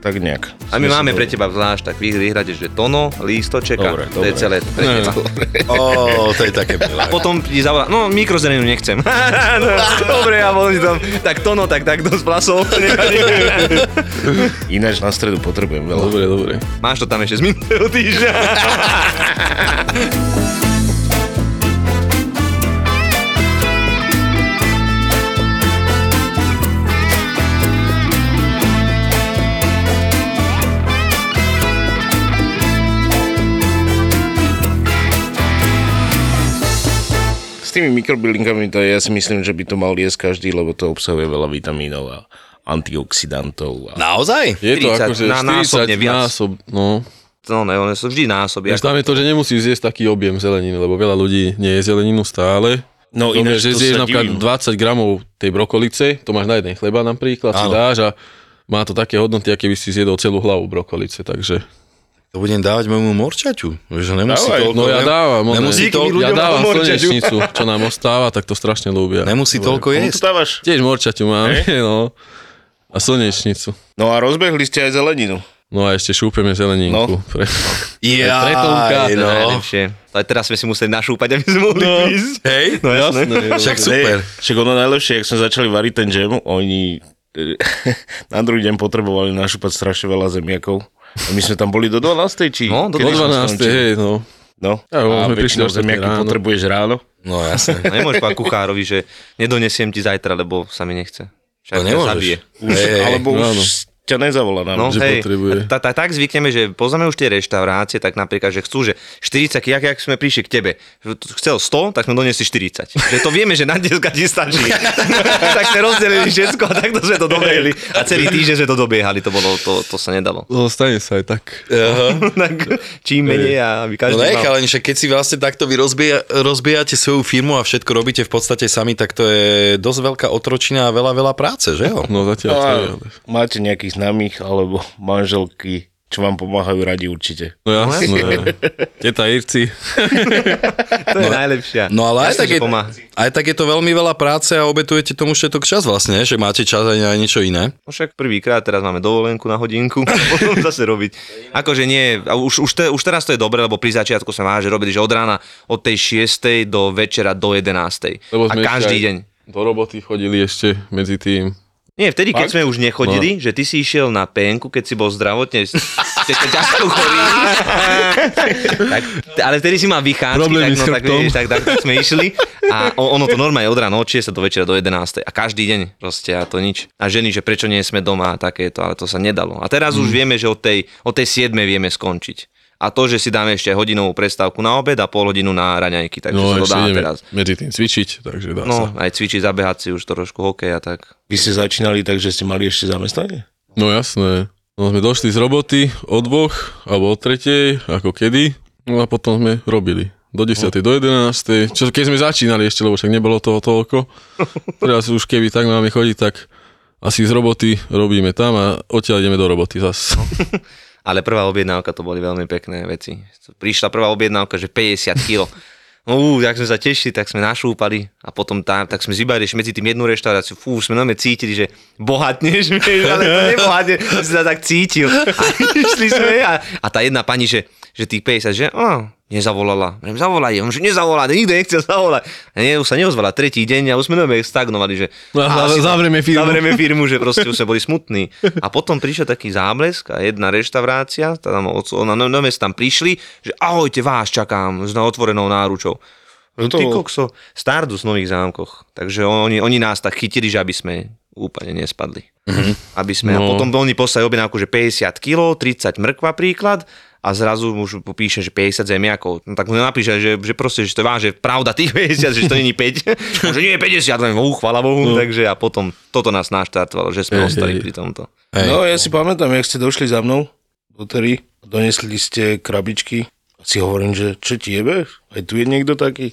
Speaker 10: tak nejak.
Speaker 9: A my máme pre teba zvlášť, tak vy vyhradíš, že tono, lístoček a
Speaker 10: Dobre,
Speaker 9: to je
Speaker 10: dobre.
Speaker 9: celé pre
Speaker 10: Ne.
Speaker 9: teba.
Speaker 8: Ó, to je také
Speaker 9: A potom ti zavolá, no mikrozeleninu nechcem. No, Dobre, ja volím tam, tak tono, tak takto s plasou.
Speaker 10: Ináč na stredu potrebujem veľa.
Speaker 5: No, Dobre, dobre.
Speaker 9: Máš to tam ešte z minulého týždňa.
Speaker 10: S tými mikrobylinkami to ja si myslím, že by to mal jesť každý, lebo to obsahuje veľa vitamínov a antioxidantov. A...
Speaker 8: Naozaj?
Speaker 5: Je to akože 40 násob, no.
Speaker 9: No ne, one sú vždy násoby.
Speaker 5: Vieš, tam je to, že nemusíš zjesť taký objem zeleniny, lebo veľa ľudí nie je zeleninu stále.
Speaker 10: No
Speaker 5: Dobre, že
Speaker 10: ináč to
Speaker 5: zješ
Speaker 10: sa
Speaker 5: napríklad
Speaker 10: divím.
Speaker 5: 20 gramov tej brokolice, to máš na jeden chleba napríklad, si
Speaker 8: Áno.
Speaker 5: dáš a má to také hodnoty, aké by si zjedol celú hlavu brokolice, takže...
Speaker 8: To budem dávať môjmu morčaťu, že nemusí
Speaker 5: Dávaj,
Speaker 8: toľko.
Speaker 5: no ja dávam, on- Díky
Speaker 8: nemusí
Speaker 5: mi
Speaker 8: toľko,
Speaker 5: ľudia, Ja dávam mám morčaťu. slnečnicu, čo nám ostáva, tak to strašne ľúbia.
Speaker 8: Nemusí toľko
Speaker 10: Komu to
Speaker 8: jesť.
Speaker 10: dávaš?
Speaker 5: Tiež morčaťu máme, no. A slnečnicu.
Speaker 10: No a rozbehli ste aj zeleninu.
Speaker 5: No a ešte šúpeme zeleninku.
Speaker 10: No.
Speaker 5: Pre...
Speaker 8: Jaj,
Speaker 5: Tretonka.
Speaker 8: no.
Speaker 9: Najlepšie. Ale teraz sme si museli našúpať, aby sme mohli
Speaker 5: No.
Speaker 9: ísť.
Speaker 8: Hej,
Speaker 9: No jasné.
Speaker 8: Však super.
Speaker 10: Ne, Však ono najlepšie, ak sme začali variť ten džem, oni e, na druhý deň potrebovali našupať strašne veľa zemiakov. A my sme tam boli do 12. či?
Speaker 9: No, do
Speaker 10: kedy sme
Speaker 5: 12.
Speaker 10: skončili?
Speaker 5: hej, no.
Speaker 10: No,
Speaker 5: Ja,
Speaker 10: a
Speaker 5: sme prišli
Speaker 10: väčšinou
Speaker 5: až také
Speaker 10: zemiaky
Speaker 5: ráno.
Speaker 10: potrebuješ ráno.
Speaker 8: No jasne.
Speaker 9: No Nemôžeš povedať kuchárovi, že nedonesiem ti zajtra, lebo sa mi nechce. Však
Speaker 8: To
Speaker 9: ťa
Speaker 8: nemôžeš.
Speaker 9: zabije.
Speaker 10: Už,
Speaker 8: Hej, hej,
Speaker 10: alebo
Speaker 5: no
Speaker 10: už
Speaker 5: áno.
Speaker 10: ťa nezavolá nám.
Speaker 9: No,
Speaker 5: že
Speaker 9: hej,
Speaker 5: potrebuje.
Speaker 9: ta, ta, tak zvykneme, že poznáme už tie reštaurácie, tak napríklad, že chcú, že 40, jak, jak sme prišli k tebe, že tu chcel 100, tak sme donesli 40. Že to vieme, že na 10 ti stačí. tak sme rozdelili všetko a takto sme to dobehli. A celý týždeň sme to dobiehali, to, bolo, to, to sa nedalo.
Speaker 5: No, stane sa aj tak.
Speaker 9: tak, čím menej a aby
Speaker 8: No
Speaker 9: každý
Speaker 8: nech,
Speaker 9: mal.
Speaker 8: ale však keď si vlastne takto vy rozbieja, rozbijate svoju firmu a všetko robíte v podstate sami, tak to je dosť veľká otročina a veľa, veľa práce, že jo?
Speaker 5: No zatiaľ to
Speaker 10: No a
Speaker 5: je, ale...
Speaker 10: máte nejakých známych alebo manželky, čo vám pomáhajú radi určite.
Speaker 5: No jasné. Teta Irci.
Speaker 9: To je najlepšia.
Speaker 8: No ale aj
Speaker 9: Jasné,
Speaker 8: tak,
Speaker 9: že
Speaker 8: je,
Speaker 9: pomáha.
Speaker 8: aj tak je to veľmi veľa práce a obetujete tomu všetok čas vlastne, že máte čas aj na niečo iné.
Speaker 9: No však prvýkrát, teraz máme dovolenku na hodinku, potom zase robiť. Akože nie, a už, už, te, už teraz to je dobre, lebo pri začiatku sa váže robili, že od rána od tej 6. do večera do 11.
Speaker 5: Lebo
Speaker 9: a
Speaker 5: sme ešte
Speaker 9: každý
Speaker 5: aj
Speaker 9: deň.
Speaker 5: Do roboty chodili ešte medzi tým.
Speaker 9: Nie, vtedy, keď sme už nechodili,
Speaker 5: No.
Speaker 9: že ty si išiel na penku, keď si bol zdravotne s- te- te- ťažko chorý. tak, ale vtedy si mal vychádzky,
Speaker 5: Problémy s
Speaker 9: tak, no, tak,
Speaker 5: chrbtom.
Speaker 9: vieš, tak, tak, tak, sme išli a o- ono to normálne od rána od 6 do večera do 11. A každý deň proste a to nič. A ženy, že prečo nie sme doma a takéto, ale to sa nedalo. A teraz
Speaker 5: Mm.
Speaker 9: už vieme, že od tej, od tej 7 vieme skončiť. A to, že si dáme ešte hodinovú prestávku na obed a pol hodinu na raňajky, takže
Speaker 5: No
Speaker 9: sa to
Speaker 5: ešte
Speaker 9: dá
Speaker 5: ideme
Speaker 9: teraz.
Speaker 5: medzi tým cvičiť, takže dá sa.
Speaker 9: No, aj cvičiť, zabehať si už trošku hokej a tak.
Speaker 10: Vy ste začínali tak, že ste mali ešte zamestnanie?
Speaker 5: No jasné. No sme došli z roboty o dvoch alebo o tretej, ako kedy. No a potom sme robili. Do 10.
Speaker 8: No.
Speaker 5: do 11. Čo keď sme začínali ešte, lebo však nebolo toho toľko. Teraz už keby tak máme chodiť, tak asi z roboty robíme tam a odtiaľ ideme do roboty zase.
Speaker 8: No,
Speaker 9: Ale prvá objednávka to boli veľmi pekné veci. Prišla prvá objednávka, že 50 kg. Ú, tak sme sa tešili, tak sme našúpali a potom tá, tak sme zibali ešte medzi tým jednu reštauráciu. Fú, sme nome cítili, že bohatneš, vieš, ale to nebohatne, som sa tak cítil. A išli sme a, a tá jedna pani, že že tých 50, že a, nezavolala. Hovorím, zavolaj, on že nezavolá, nikto nechcel zavolať. A nie, už sa neozvala tretí deň a už sme normálne stagnovali, že
Speaker 5: No a
Speaker 9: asi-
Speaker 5: zavrieme firmu.
Speaker 9: Zavrieme firmu, že proste už sme boli smutní. A potom prišiel taký záblesk a jedna reštaurácia, tá tam, od- ona, no, no, tam prišli, že ahojte, vás čakám s otvorenou náručou. No
Speaker 10: to
Speaker 9: ty
Speaker 10: bol?
Speaker 9: kokso, Stardust v Nových zámkoch. Takže oni, oni nás tak chytili, že aby sme úplne nespadli. Aby sme, a
Speaker 5: No.
Speaker 9: potom oni poslali objednávku, že 50 kg, 30 mrkva príklad a zrazu už píše, že 50 zemiakov. No tak mu napíše, že, že proste, že to je vážne pravda tých 50, že to není 5. že nie je 50, len oh, chvala Bohu. Takže a potom toto nás naštartovalo, že sme
Speaker 10: Hej,
Speaker 9: ostali
Speaker 10: hej.
Speaker 9: pri tomto.
Speaker 10: No ja si pamätám, jak ste došli za mnou do tery, donesli ste krabičky a si hovorím, že čo ti jebe? Aj tu je niekto taký?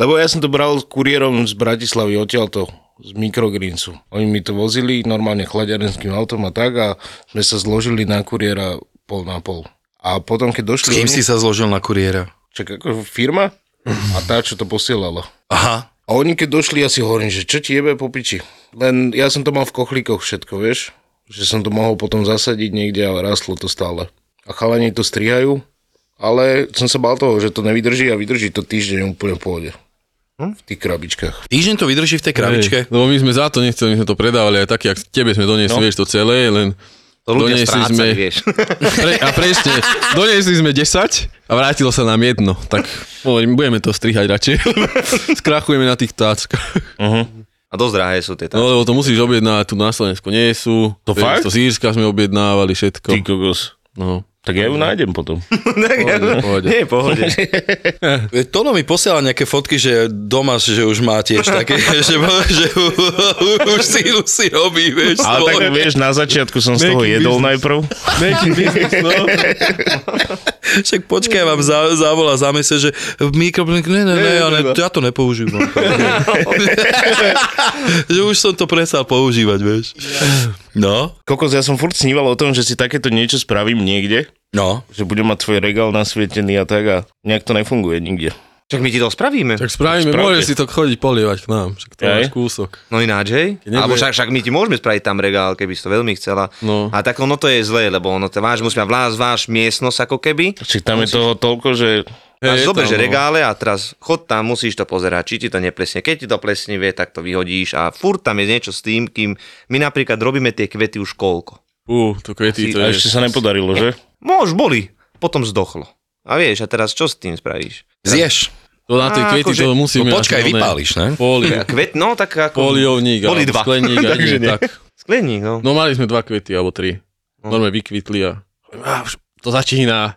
Speaker 10: Lebo ja som to bral kuriérom z Bratislavy odtiaľto, z Microgreensu. Oni mi to vozili normálne chlaďarenským autom a tak a sme sa zložili na kuriéra pol na pol. A potom, keď
Speaker 8: S
Speaker 10: došli...
Speaker 8: kým
Speaker 10: oni-
Speaker 8: si sa zložil na kuriéra?
Speaker 10: Čak ako firma a tá, čo to posielala.
Speaker 8: Aha.
Speaker 10: A oni keď došli, ja si hovorím, že čo ti jebe po piči. Len ja som to mal v kochlíkoch všetko, vieš? Že som to mohol potom zasadiť niekde, ale rastlo to stále. A chalani to strihajú, ale som sa bál toho, že to nevydrží a vydrží to týždeň úplne v pohode. V tých krabičkách.
Speaker 8: Týždeň to vydrží v tej krabičke?
Speaker 5: Hej, lebo No, my sme za to nechceli, my sme to predávali aj taký, ak tebe sme doniesli,
Speaker 8: No.
Speaker 5: no. vieš, to celé, len...
Speaker 9: To ľudia
Speaker 5: doniesli
Speaker 9: strácali, vieš.
Speaker 5: Pre, a presne, doniesli sme 10 a vrátilo sa nám jedno. Tak hovorím, budeme to strihať radšej, lebo skrachujeme na tých táckach.
Speaker 10: Uh-huh.
Speaker 9: A dosť drahé sú tie
Speaker 5: No lebo to musíš objednávať, tu na Slovensku nie sú.
Speaker 10: To
Speaker 5: Vieš,
Speaker 10: fakt?
Speaker 5: To z Írska sme objednávali všetko.
Speaker 10: Ty kokos.
Speaker 5: No.
Speaker 10: Tak ja ju nájdem potom.
Speaker 5: Pohode, pohode. Nie,
Speaker 9: pohode.
Speaker 8: E, Tono mi posiela nejaké fotky, že doma, že už má tiež také, že, že už si, už si robí, vieš.
Speaker 10: Ale tak vieš, na začiatku som z toho
Speaker 8: Making
Speaker 10: jedol
Speaker 8: business.
Speaker 10: najprv.
Speaker 5: Making business, no.
Speaker 8: Však počkaj, vám za, zavolá za mesiac, že mikroblink, ne, ne, ne, ja, ne, ja to nepoužívam. že už som to presal používať, vieš. No.
Speaker 10: Kokos, ja som furt sníval o tom, že si takéto niečo spravím niekde.
Speaker 8: No.
Speaker 10: Že budem mať svoj regál nasvietený a tak a nejak to nefunguje nikde.
Speaker 9: Čak my ti to spravíme.
Speaker 5: Tak spravíme,
Speaker 10: Spravte.
Speaker 5: môžeš si to chodiť polievať k nám, však to
Speaker 10: Hej.
Speaker 5: máš kúsok.
Speaker 9: No ináč, hej?
Speaker 5: nebude-
Speaker 9: Alebo však, však my ti môžeme spraviť tam regál, keby si to veľmi chcela.
Speaker 5: No.
Speaker 9: A tak ono to je zlé, lebo ono to váš, musí mať váš, váš miestnosť ako keby.
Speaker 10: Čiže tam je toho toľko, že...
Speaker 9: Máš
Speaker 10: Hej, je
Speaker 9: dobre,
Speaker 10: tam,
Speaker 9: že
Speaker 10: no.
Speaker 9: regále a teraz chod tam, musíš to pozerať, či ti to neplesne. Keď ti to plesnive, tak to vyhodíš a furt tam je niečo s tým, kým my napríklad robíme tie kvety už koľko.
Speaker 5: Ú, to kvety,
Speaker 9: Asi-
Speaker 5: to
Speaker 9: a
Speaker 5: je...
Speaker 9: ešte sa
Speaker 10: nepodarilo, že?
Speaker 9: Môž boli, potom zdochlo. A vieš, a teraz čo s tým spravíš?
Speaker 8: Zješ.
Speaker 5: To
Speaker 8: No
Speaker 5: na tej
Speaker 9: Á,
Speaker 5: kvety
Speaker 9: akože-
Speaker 5: to musíme... asi, ne? Poli.
Speaker 9: Kvet, no tak ako...
Speaker 5: Poliovník, alebo
Speaker 9: Boli dva.
Speaker 5: skleník, a nie,
Speaker 9: Takže nie.
Speaker 5: tak.
Speaker 9: Skleník, no.
Speaker 5: No mali sme dva kvety, alebo tri. Normálne vykvitli a... a už to začína.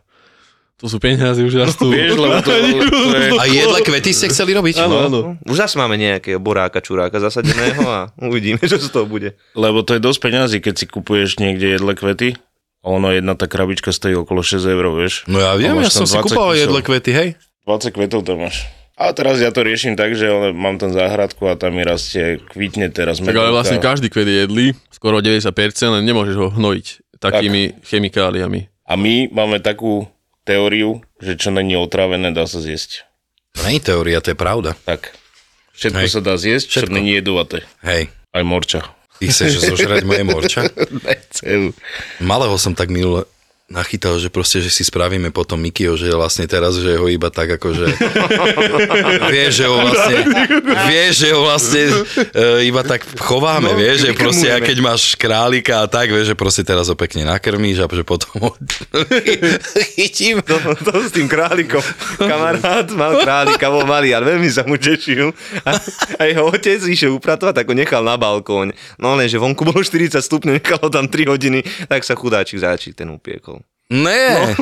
Speaker 5: Tu sú peniaze, už rastú.
Speaker 10: Vieš, lebo to- to je-
Speaker 8: A jedle kvety ste chceli robiť?
Speaker 9: Áno,
Speaker 8: No.
Speaker 9: áno. Už zase máme nejakého boráka, čuráka zasadeného a uvidíme, čo z toho bude.
Speaker 10: Lebo to je dosť peňazí, keď si kupuješ niekde jedle kvety. A ono jedna tá krabička stojí okolo 6 eur, vieš.
Speaker 8: No ja viem, ja
Speaker 10: A máš
Speaker 8: som si
Speaker 10: tam 20
Speaker 8: kúpal
Speaker 10: kusov.
Speaker 8: jedle kvety, hej.
Speaker 10: 20 kvetov tam máš. A teraz ja to riešim tak, že ale mám tam záhradku a tam mi rastie, kvitne teraz
Speaker 5: Tak ale
Speaker 10: medovka.
Speaker 5: vlastne každý kvet je jedlý, skoro 90%, len nemôžeš ho hnojiť takými chemikáliami.
Speaker 10: A my máme takú teóriu, že čo není otrávené, dá sa zjesť.
Speaker 8: To nie je teória, to je pravda.
Speaker 10: Tak. Všetko
Speaker 8: Hej.
Speaker 10: sa dá zjesť, čo
Speaker 8: Všetko.
Speaker 10: není jedovaté.
Speaker 8: Hej.
Speaker 10: Aj morča.
Speaker 8: Ty chceš zožrať moje morča? Malého som tak minule nachytal, že proste, že si spravíme potom Mikio, že vlastne teraz, že ho iba tak akože... vieš, že ho vlastne... Vieš, že ho vlastne e, iba tak chováme,
Speaker 9: No,
Speaker 8: vieš, že
Speaker 9: vykrmujeme.
Speaker 8: proste, a keď máš králika a tak, vieš, že proste teraz ho pekne nakrmíš a že potom ho... Chytím.
Speaker 9: To, No, to s tým králikom. Kamarát mal králika vo malý, ale veľmi sa mu tešil. A, a jeho otec išiel upratovať, tak ho nechal na balkón. No lenže vonku bolo 40 stupňov, nechal ho tam 3 hodiny, tak sa chudáčik záčik ten upiekol.
Speaker 8: Ne,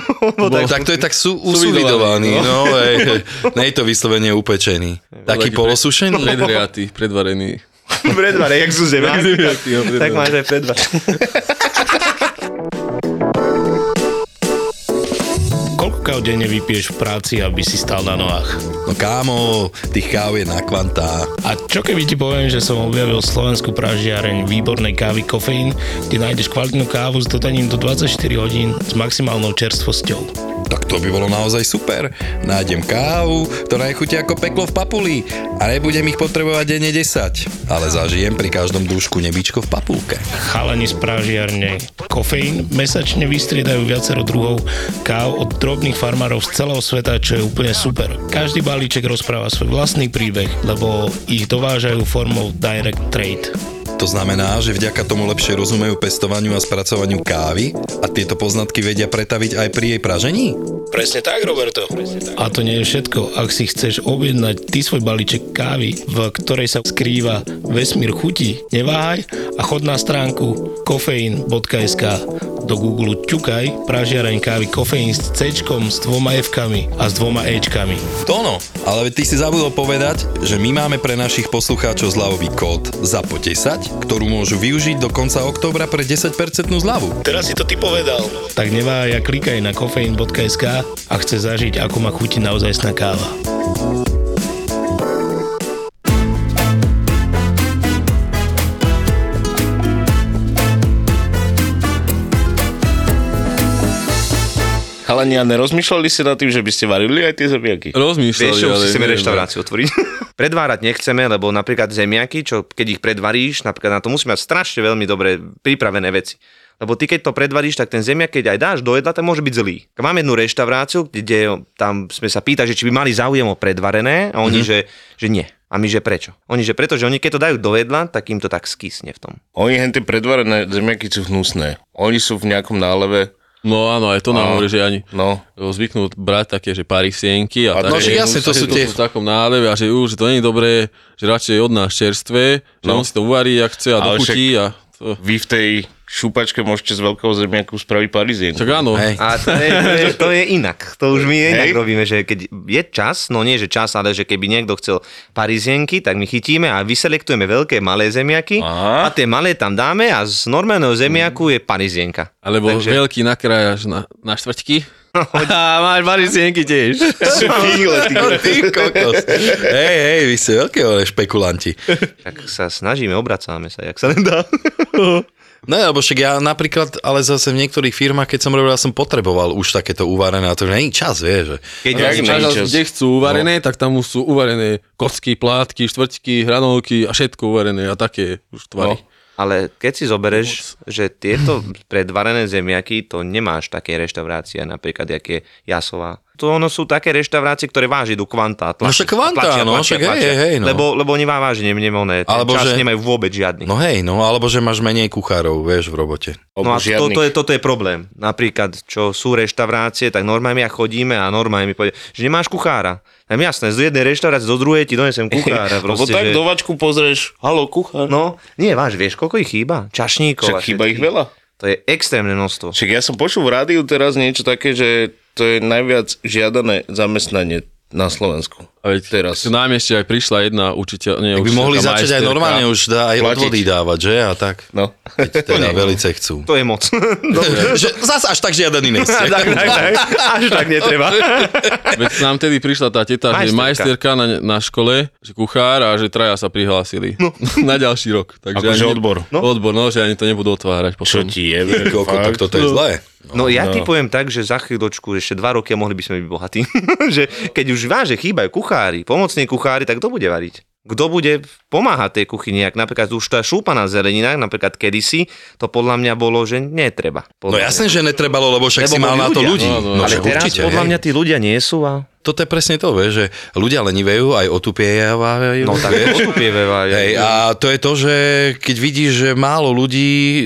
Speaker 8: no,
Speaker 9: No, tak-
Speaker 8: tak, tak to je tak sú,
Speaker 5: Suvidovaný,
Speaker 8: usuvidovaný,
Speaker 5: no.
Speaker 8: no, hej, hej. nie je to vyslovene upečený.
Speaker 9: No,
Speaker 8: Taký polosušený.
Speaker 5: Predriatý, predvarený.
Speaker 9: Predvare, jak sú zemáci.
Speaker 5: Predvare, jo, predvare.
Speaker 9: tak máš aj predvare.
Speaker 10: Koľko káv denne vypiješ v práci, aby si stal na nohách?
Speaker 8: No kámo, tých káv je na kvantá.
Speaker 11: A čo keby ti poviem, že som objavil slovenskú pražiareň výbornej kávy Kofeín, kde nájdeš kvalitnú kávu s dodaním do 24 hodín s maximálnou čerstvosťou.
Speaker 8: tak to by bolo naozaj super. Nájdem kávu, ktorá je chutí ako peklo v papuli a nebudem ich potrebovať denne 10. Ale zažijem pri každom dúšku nebičko v papulke.
Speaker 11: Chalani z pražiarne kofeín mesačne vystriedajú viacero druhov káv od drobných farmárov z celého sveta, čo je úplne super. Každý balíček rozpráva svoj vlastný príbeh, lebo ich dovážajú formou direct trade.
Speaker 8: To znamená, že vďaka tomu lepšie rozumejú pestovaniu a spracovaniu kávy a tieto poznatky vedia pretaviť aj pri jej pražení?
Speaker 11: Presne tak, Roberto. A to nie je všetko. Ak si chceš objednať ty svoj balíček kávy, v ktorej sa skrýva vesmír chutí, neváhaj a chod na stránku kofeín.sk do Google ťukaj pražiareň kávy kofeín s C, s dvoma F-kami a s dvoma Ečkami.
Speaker 8: Tono, no, ale ty si zabudol povedať, že my máme pre našich poslucháčov zľavový kód ZAPO 10, ktorú môžu využiť do konca októbra pre 10% zľavu.
Speaker 11: Teraz si to ty povedal. Tak neváhaj a klikaj na kofeín.sk a chce zažiť, ako má chutí naozajstná káva.
Speaker 10: Chalani, a nerozmýšľali ste nad tým, že by ste varili aj tie zemiaky?
Speaker 5: Rozmýšľali, no.
Speaker 9: Vieš, čo, musíš si mi reštauráciu otvoriť. Predvárať nechceme, lebo napríklad zemiaky, čo keď ich predvaríš, napríklad na to musí mať strašne veľmi dobre pripravené veci. Lebo ty keď to predvaríš, tak ten zemiak, keď aj dáš do jedla, ten môže byť zlý. Mám jednu reštauráciu, kde tam sme sa pýtali, že či by mali záujem o predvarené a oni,
Speaker 10: Mhm.
Speaker 9: mm-hmm. že, že nie. A my, že prečo? Oni, že preto, že oni keď to dajú do jedla, tak im to tak skysne v tom.
Speaker 10: Oni henty predvarené zemiaky sú hnusné. Oni sú v nejakom náleve.
Speaker 5: No áno, aj to nám
Speaker 10: A-
Speaker 5: hovorí, že ani
Speaker 10: no.
Speaker 5: zvyknú brať také, že parisienky a, také,
Speaker 10: A no, že jasne, to sú tie-
Speaker 5: v takom náleve a že už to nie je dobré, že radšej od nás čerstvé, že on
Speaker 10: No.
Speaker 5: si to uvarí, ak chce a
Speaker 10: Ale
Speaker 5: dochutí
Speaker 10: však
Speaker 5: a to...
Speaker 10: Vy v tej šupačke môžete z veľkého zemiaku spraviť parizienku.
Speaker 5: Tak áno. Hej.
Speaker 9: A to je, to, je, to je inak. To už my
Speaker 10: Hej.
Speaker 9: inak robíme, že keď je čas, no nie že čas, ale že keby niekto chcel parizienky, tak my chytíme a vyselektujeme veľké malé zemiaky Aha. a tie malé tam dáme a z normálneho zemiaku je parizienka.
Speaker 5: Alebo Takže... veľký nakrájaš na, na štvrťky.
Speaker 9: A máš parizienky tiež.
Speaker 5: Sú
Speaker 9: fígle,
Speaker 5: ty.
Speaker 8: Ty kokos. Hej, hej, vy ste veľké ale špekulanti.
Speaker 9: Tak sa snažíme, obracáme sa, jak sa len dá.
Speaker 8: No lebo však ja napríklad, ale zase v niektorých firmách, keď som robil, ja som potreboval už takéto uvarené, a to že není čas, vieš. Že...
Speaker 9: Keď
Speaker 5: Ja, kde chcú uvarené, no. tak tam už sú uvarené kocky, plátky, štvrťky, hranolky a všetko uvarené a také už tvary. No.
Speaker 9: Ale keď si zoberieš, že tieto predvarené zemiaky, to nemáš také reštaurácie, napríklad, jak je Jasová. To ono sú také reštaurácie, ktoré váži do kvanta. a
Speaker 8: No
Speaker 9: tlačia-
Speaker 8: však kvanta,
Speaker 9: tlačia,
Speaker 8: no,
Speaker 9: tlačia,
Speaker 8: však hej,
Speaker 9: tlačia.
Speaker 8: hej, hej, no.
Speaker 9: Lebo, lebo oni má vážne, nemajú ne,
Speaker 8: Alebo
Speaker 9: čas
Speaker 8: že-
Speaker 9: nemajú vôbec žiadny.
Speaker 8: No hej, no alebo že máš menej kuchárov, vieš, v robote.
Speaker 9: No a to, to je, toto je problém. Napríklad, čo sú reštaurácie, tak normálne ja chodíme a normálne mi povedia, že nemáš kuchára. Ja mi jasné, z jednej reštaurácie do druhej ti donesem kuchára.
Speaker 10: Lebo
Speaker 9: Proste,
Speaker 10: tak
Speaker 9: že...
Speaker 10: dovačku pozrieš, halo, kuchár.
Speaker 9: No, nie, váš, vieš, koľko ich chýba? Čašníkov.
Speaker 10: Však
Speaker 9: a
Speaker 10: chýba ich
Speaker 9: všetkých.
Speaker 10: veľa.
Speaker 9: To je extrémne množstvo.
Speaker 10: Však ja som počul v rádiu teraz niečo také, že to je najviac žiadané zamestnanie na Slovensku.
Speaker 5: A veď teraz. K nám ešte aj prišla jedna učiteľ, nie,
Speaker 8: Tak by
Speaker 5: učiteľka,
Speaker 8: mohli začať aj
Speaker 5: majsterka.
Speaker 8: normálne už dá, aj
Speaker 5: Platiť.
Speaker 8: odvody dávať, že? A tak.
Speaker 10: No.
Speaker 8: Keď teda velice chcú.
Speaker 9: To je moc.
Speaker 8: Dobre. že zas až tak žiadaný nechce.
Speaker 9: tak, tak, tak. Až tak netreba.
Speaker 5: Veď nám tedy prišla tá teta, majsterka. že
Speaker 9: Majsterka.
Speaker 5: majsterka na, na škole, že kuchár a že traja sa prihlásili no. na ďalší rok. Takže
Speaker 10: Akože
Speaker 5: ani-
Speaker 10: odbor.
Speaker 5: No? Odbor, no, že ani to nebudú otvárať. Potom. Čo
Speaker 10: ti je?
Speaker 8: Ty kokot, tak toto je zlé.
Speaker 9: No, no ja ti poviem tak, že za chvíľočku, ešte dva roky a mohli by sme byť bohatí. že keď už váže chýbajú kuchári, pomocní kuchári, tak kto bude variť? Kto bude pomáhať tej kuchyni? Ak napríklad už tá šúpa na zelenina, napríklad kedysi, to podľa mňa bolo, že netreba.
Speaker 8: No
Speaker 9: Podľa
Speaker 8: jasné, že netrebalo, lebo však
Speaker 9: Lebo
Speaker 8: si mal
Speaker 9: boli
Speaker 8: na to
Speaker 9: ľudia.
Speaker 8: ľudí.
Speaker 9: No, no,
Speaker 8: No,
Speaker 9: ale
Speaker 8: však
Speaker 9: teraz
Speaker 8: určite,
Speaker 9: podľa
Speaker 8: hej.
Speaker 9: mňa tí ľudia nie sú a...
Speaker 8: Toto je presne to, vieš, že ľudia lenivejú, aj otupievajú.
Speaker 9: No tak
Speaker 8: vieš.
Speaker 9: otupievajú.
Speaker 8: Hej, a to je to, že keď vidíš, že málo ľudí, eh,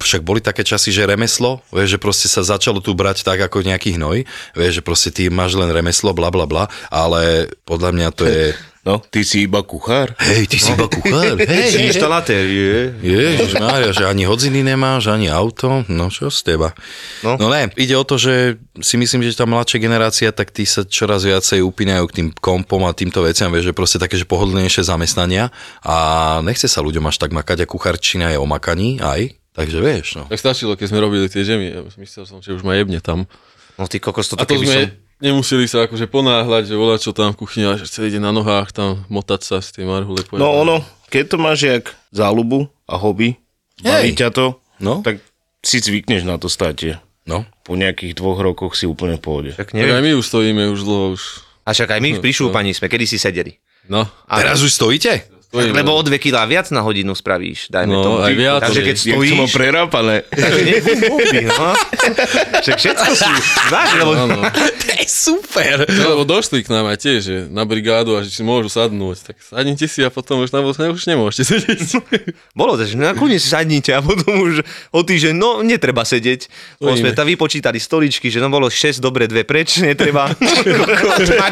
Speaker 8: však boli také časy, že remeslo, vieš, že proste sa začalo tu brať tak ako nejaký hnoj, vieš, že proste ty máš len remeslo, bla bla bla, ale podľa mňa to je...
Speaker 10: No, ty si iba kuchár.
Speaker 8: Hej, ty si iba kuchár. Hej,
Speaker 9: Si
Speaker 8: hej, hej.
Speaker 9: inštalatér, je.
Speaker 8: Ježiš Mária, že ani hodziny nemáš, ani auto, no čo z teba. No. no ne, ide o to, že si myslím, že tá mladšia generácia, tak tí sa čoraz viacej upínajú k tým kompom a týmto veciam, vieš, že proste také, že pohodlnejšie zamestnania a nechce sa ľuďom až tak makať a kuchárčina je o makaní aj, takže vieš, no.
Speaker 5: Tak stačilo, keď sme robili tie žemy. Ja myslel som, že už ma jebne tam.
Speaker 9: No ty
Speaker 5: a
Speaker 9: kokos, toto
Speaker 5: to
Speaker 9: keby
Speaker 5: sme
Speaker 9: som...
Speaker 5: nemuseli sa akože ponáhľať, že volá čo tam v kuchyni, a že celý deň na nohách tam motať sa s tým arhule.
Speaker 10: No ono, keď to máš jak záľubu a hobby, baví ťa to,
Speaker 8: no?
Speaker 10: tak si zvykneš na to státie.
Speaker 8: No.
Speaker 10: Po nejakých dvoch rokoch si úplne v pohode.
Speaker 9: Tak
Speaker 5: Tak aj my už stojíme už dlho už.
Speaker 9: A však aj my
Speaker 5: No,
Speaker 9: pri šúpaní sme, kedy si sedeli.
Speaker 5: No.
Speaker 9: A
Speaker 8: Teraz už stojíte?
Speaker 9: Stojíme. Lebo o 2 kg viac na hodinu spravíš, dajme
Speaker 5: No,
Speaker 9: tomu.
Speaker 5: aj viac.
Speaker 9: Takže keď
Speaker 5: Jak to
Speaker 9: stojíš...
Speaker 5: mám
Speaker 10: prerápané.
Speaker 9: Takže nechúbi, no. Však všetko sú. Váš, lebo...
Speaker 5: Áno.
Speaker 8: to je super.
Speaker 5: No, lebo došli k nám aj tiež, že na brigádu a že si môžu sadnúť, tak sadnite si a potom už na voz už nemôžete sedieť.
Speaker 9: Bolo to, že nakoniec sadnite a potom už o týždeň, no netreba sedieť. Lebo
Speaker 5: Stojíme.
Speaker 9: sme tam vypočítali stoličky, že no bolo 6, dobre, 2 preč, netreba. Kokot, Má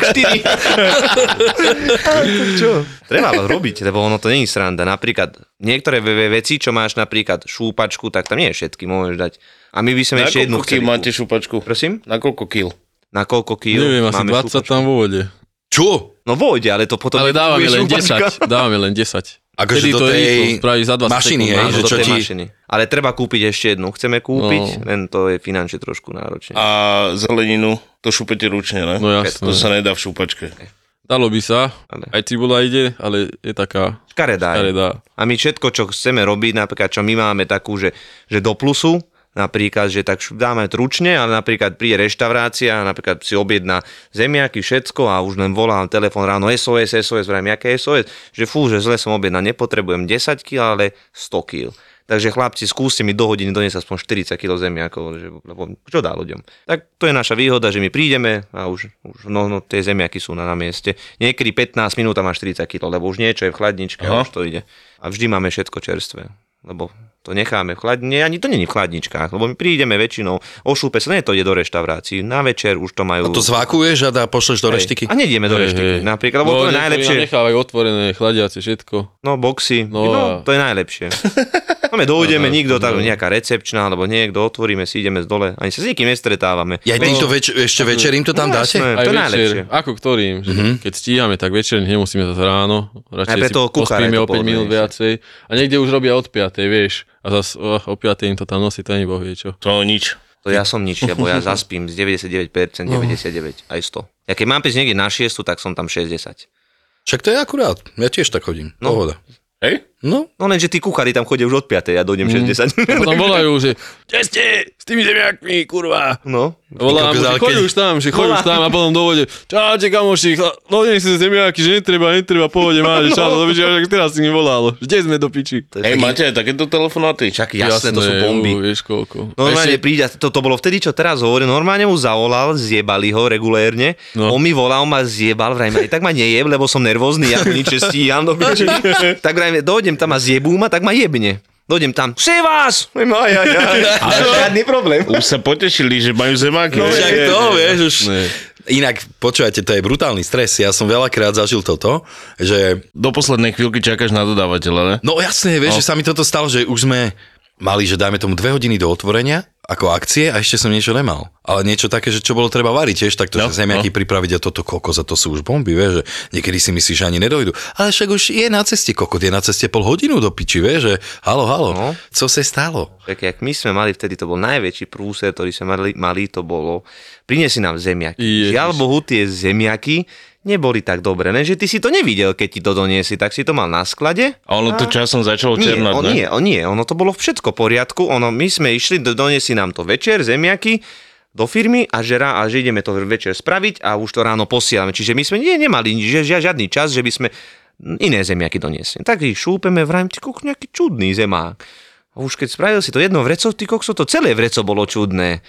Speaker 9: 4. čo? Treba robiť, lebo ono to není sranda. Napríklad niektoré ve- ve- veci, čo máš napríklad šúpačku, tak tam nie všetky môžeš dať. A my by sme
Speaker 10: Na
Speaker 9: ešte jednu
Speaker 10: koľko kil
Speaker 9: chceli.
Speaker 10: máte šupačku?
Speaker 9: Prosím?
Speaker 10: Na koľko kil?
Speaker 9: Na koľko kil
Speaker 5: Neviem, asi
Speaker 9: máme
Speaker 5: 20
Speaker 9: šúpačku?
Speaker 5: tam vo vode.
Speaker 8: Čo?
Speaker 9: No vode, ale to potom...
Speaker 5: Ale dávame
Speaker 9: nekupuješ
Speaker 5: len
Speaker 9: šúpačka.
Speaker 5: 10, dávame len 10.
Speaker 8: Akože
Speaker 5: Vtedy
Speaker 8: do
Speaker 5: to je
Speaker 8: tej
Speaker 5: rýchlo, spravíš za 20
Speaker 8: mašiny,
Speaker 5: sekúnd,
Speaker 8: hej,
Speaker 5: áno,
Speaker 8: že
Speaker 5: do
Speaker 8: čo
Speaker 5: tej
Speaker 8: ti-
Speaker 5: mašiny.
Speaker 9: Ale treba kúpiť ešte jednu. Chceme kúpiť,
Speaker 5: No.
Speaker 9: len to je finančne trošku náročne.
Speaker 10: A zeleninu, to šupete ručne, ne?
Speaker 5: No jasné.
Speaker 10: To sa nedá v šupačke.
Speaker 5: Dalo by sa, aj cibula ide, ale je taká...
Speaker 9: Škaredá. je.
Speaker 5: Škaredá.
Speaker 9: A my všetko, čo chceme robiť, napríklad, čo my máme takú, že, že do plusu, napríklad, že tak šu- dáme to ručne, ale napríklad príde reštaurácia, napríklad si objedná zemiaky, všetko a už len volám telefón ráno SOS, SOS, vrajím, aké SOS, že fú, že zle som objednal, nepotrebujem 10 kg, ale 100 kg. Takže chlapci, skúste mi do hodiny doniesť aspoň 40 kg zemiakov, že, lebo čo dá ľuďom. Tak to je naša výhoda, že my prídeme a už, už no, no, tie zemiaky sú na, na mieste. Niekedy 15 minút a máš 40 kg, lebo už niečo je v chladničke a
Speaker 10: Aha.
Speaker 9: už to ide. A vždy máme všetko čerstvé, lebo to necháme v chladni, ani to není v chladničkách, lebo my prídeme väčšinou, ošúpe sa, nie to ide do reštaurácií, na večer už to majú...
Speaker 8: A to zvákuješ a dá, pošleš do
Speaker 9: Hej.
Speaker 8: reštiky? No,
Speaker 9: A nedieme do
Speaker 5: Hej, hej.
Speaker 9: reštiky, napríklad, lebo to je
Speaker 5: niektorí
Speaker 9: najlepšie.
Speaker 5: nám Nechávajú otvorené, chladiace, všetko.
Speaker 9: No, boxy, no,
Speaker 5: No
Speaker 9: no
Speaker 5: a-
Speaker 9: to je najlepšie. No, my dojdeme, nikto tak, nejaká recepčná, alebo niekto, otvoríme si, ideme z dole, ani sa s nikým nestretávame.
Speaker 8: Ja
Speaker 9: No,
Speaker 8: týmto več- ešte večer im to tam
Speaker 9: No,
Speaker 8: dáte?
Speaker 9: jasné.
Speaker 5: Aj
Speaker 9: To je
Speaker 5: večer,
Speaker 9: najlepšie.
Speaker 5: Ako ktorým. Že Keď stíhame, tak večer nemusíme zase ráno. Radšej
Speaker 9: Aj pre
Speaker 5: si
Speaker 9: toho kuchára
Speaker 5: pospíme
Speaker 9: je to
Speaker 5: o 5 minút
Speaker 9: pohodlnejšie.
Speaker 5: viacej. A niekde už robia od 5, vieš. A zase oh, o 5 im to tam nosí, to ani boh vie čo.
Speaker 10: To nič.
Speaker 9: To ja som nič, lebo ja zaspím z 99%, 99, aj 100. Ja keď mám prísť niekde na 6, tak som tam 60.
Speaker 8: Však to je akurát. Ja tiež tak chodím.
Speaker 9: No.
Speaker 8: Pohoda.
Speaker 10: Hej?
Speaker 8: No.
Speaker 9: No lenže tí kuchári tam chodia už od 5, ja dojdem 60.
Speaker 5: A potom volajú, že kde ste s tými zemiakmi, kurva.
Speaker 9: No,
Speaker 5: Volám, mu, že
Speaker 8: Kokos, ale
Speaker 5: choď
Speaker 8: keď-
Speaker 5: už tam, že choď už tam a potom dovode. Čaute kamoši, chla- lodím si zemiaky, že netreba, netreba, pohode máš, že čau, dobiči, až teraz si mi volalo. Kde sme do piči?
Speaker 9: No. to je
Speaker 10: Hej,
Speaker 9: taký-
Speaker 10: máte aj takéto telefonáty?
Speaker 9: Však jasné, to sú bomby. No,
Speaker 5: ú, Vieš koľko.
Speaker 9: Normálne
Speaker 5: Ešte-
Speaker 9: príde, a to, to bolo vtedy, čo teraz hovorím, normálne mu zavolal, zjebali ho regulérne,
Speaker 5: No.
Speaker 9: no. on mi volal, on ma zjebal, vrajme, aj tak ma nejeb, lebo som nervózny, ja mu nič stíham, do piči. tak vrajme, dojdem tam a zjebú ma, tak ma jebne. Dojdem tam, se vás! Vrajme, Aj, aj, aj. Žiadny problém.
Speaker 10: Už sa potešili, že majú zemáky. No,
Speaker 8: Však to, vieš, už...
Speaker 5: Ne.
Speaker 8: Inak, počúvajte, to je brutálny stres. Ja som veľakrát zažil toto, že
Speaker 10: Do poslednej chvíľky čakáš na dodávateľa, ne?
Speaker 8: No jasné, vieš, no. že sa mi toto stalo, že už sme mali, že dajme tomu dve hodiny do otvorenia ako akcie a ešte som niečo nemal. Ale niečo také, že čo bolo treba variť, tiež takto, no,
Speaker 10: No,
Speaker 8: že zemiaky no. pripraviť a toto kokos a to sú už bomby, vieš, že niekedy si myslíš, že ani nedojdu. Ale však už je na ceste kokot, je na ceste pol hodinu do piči, vieš, že halo, halo, no.
Speaker 9: No.
Speaker 8: co sa stalo?
Speaker 9: Tak jak my sme mali vtedy, to bol najväčší prúser, ktorý sme mali, mali to bolo, prinesi nám zemiaky.
Speaker 5: Ježiš.
Speaker 9: Žiaľ Bohu, tie zemiaky neboli tak dobré, lenže ty si to nevidel, keď ti to doniesli, tak si to mal na sklade
Speaker 10: A ono to časom začalo
Speaker 9: nie,
Speaker 10: černať,
Speaker 9: on,
Speaker 10: ne?
Speaker 9: nie, on, nie, ono to bolo všetko v poriadku, ono, my sme išli, do- doniesli nám to večer, zemiaky, do firmy a že, rá, a že ideme to večer spraviť a už to ráno posielame. Čiže my sme nie, nemali že, že, žiadny čas, že by sme iné zemiaky doniesli. Tak ich šúpeme, vrajím, ty kok, nejaký čudný zemák. A už keď spravil si to jedno vreco, ty kokso, to celé vreco bolo čudné.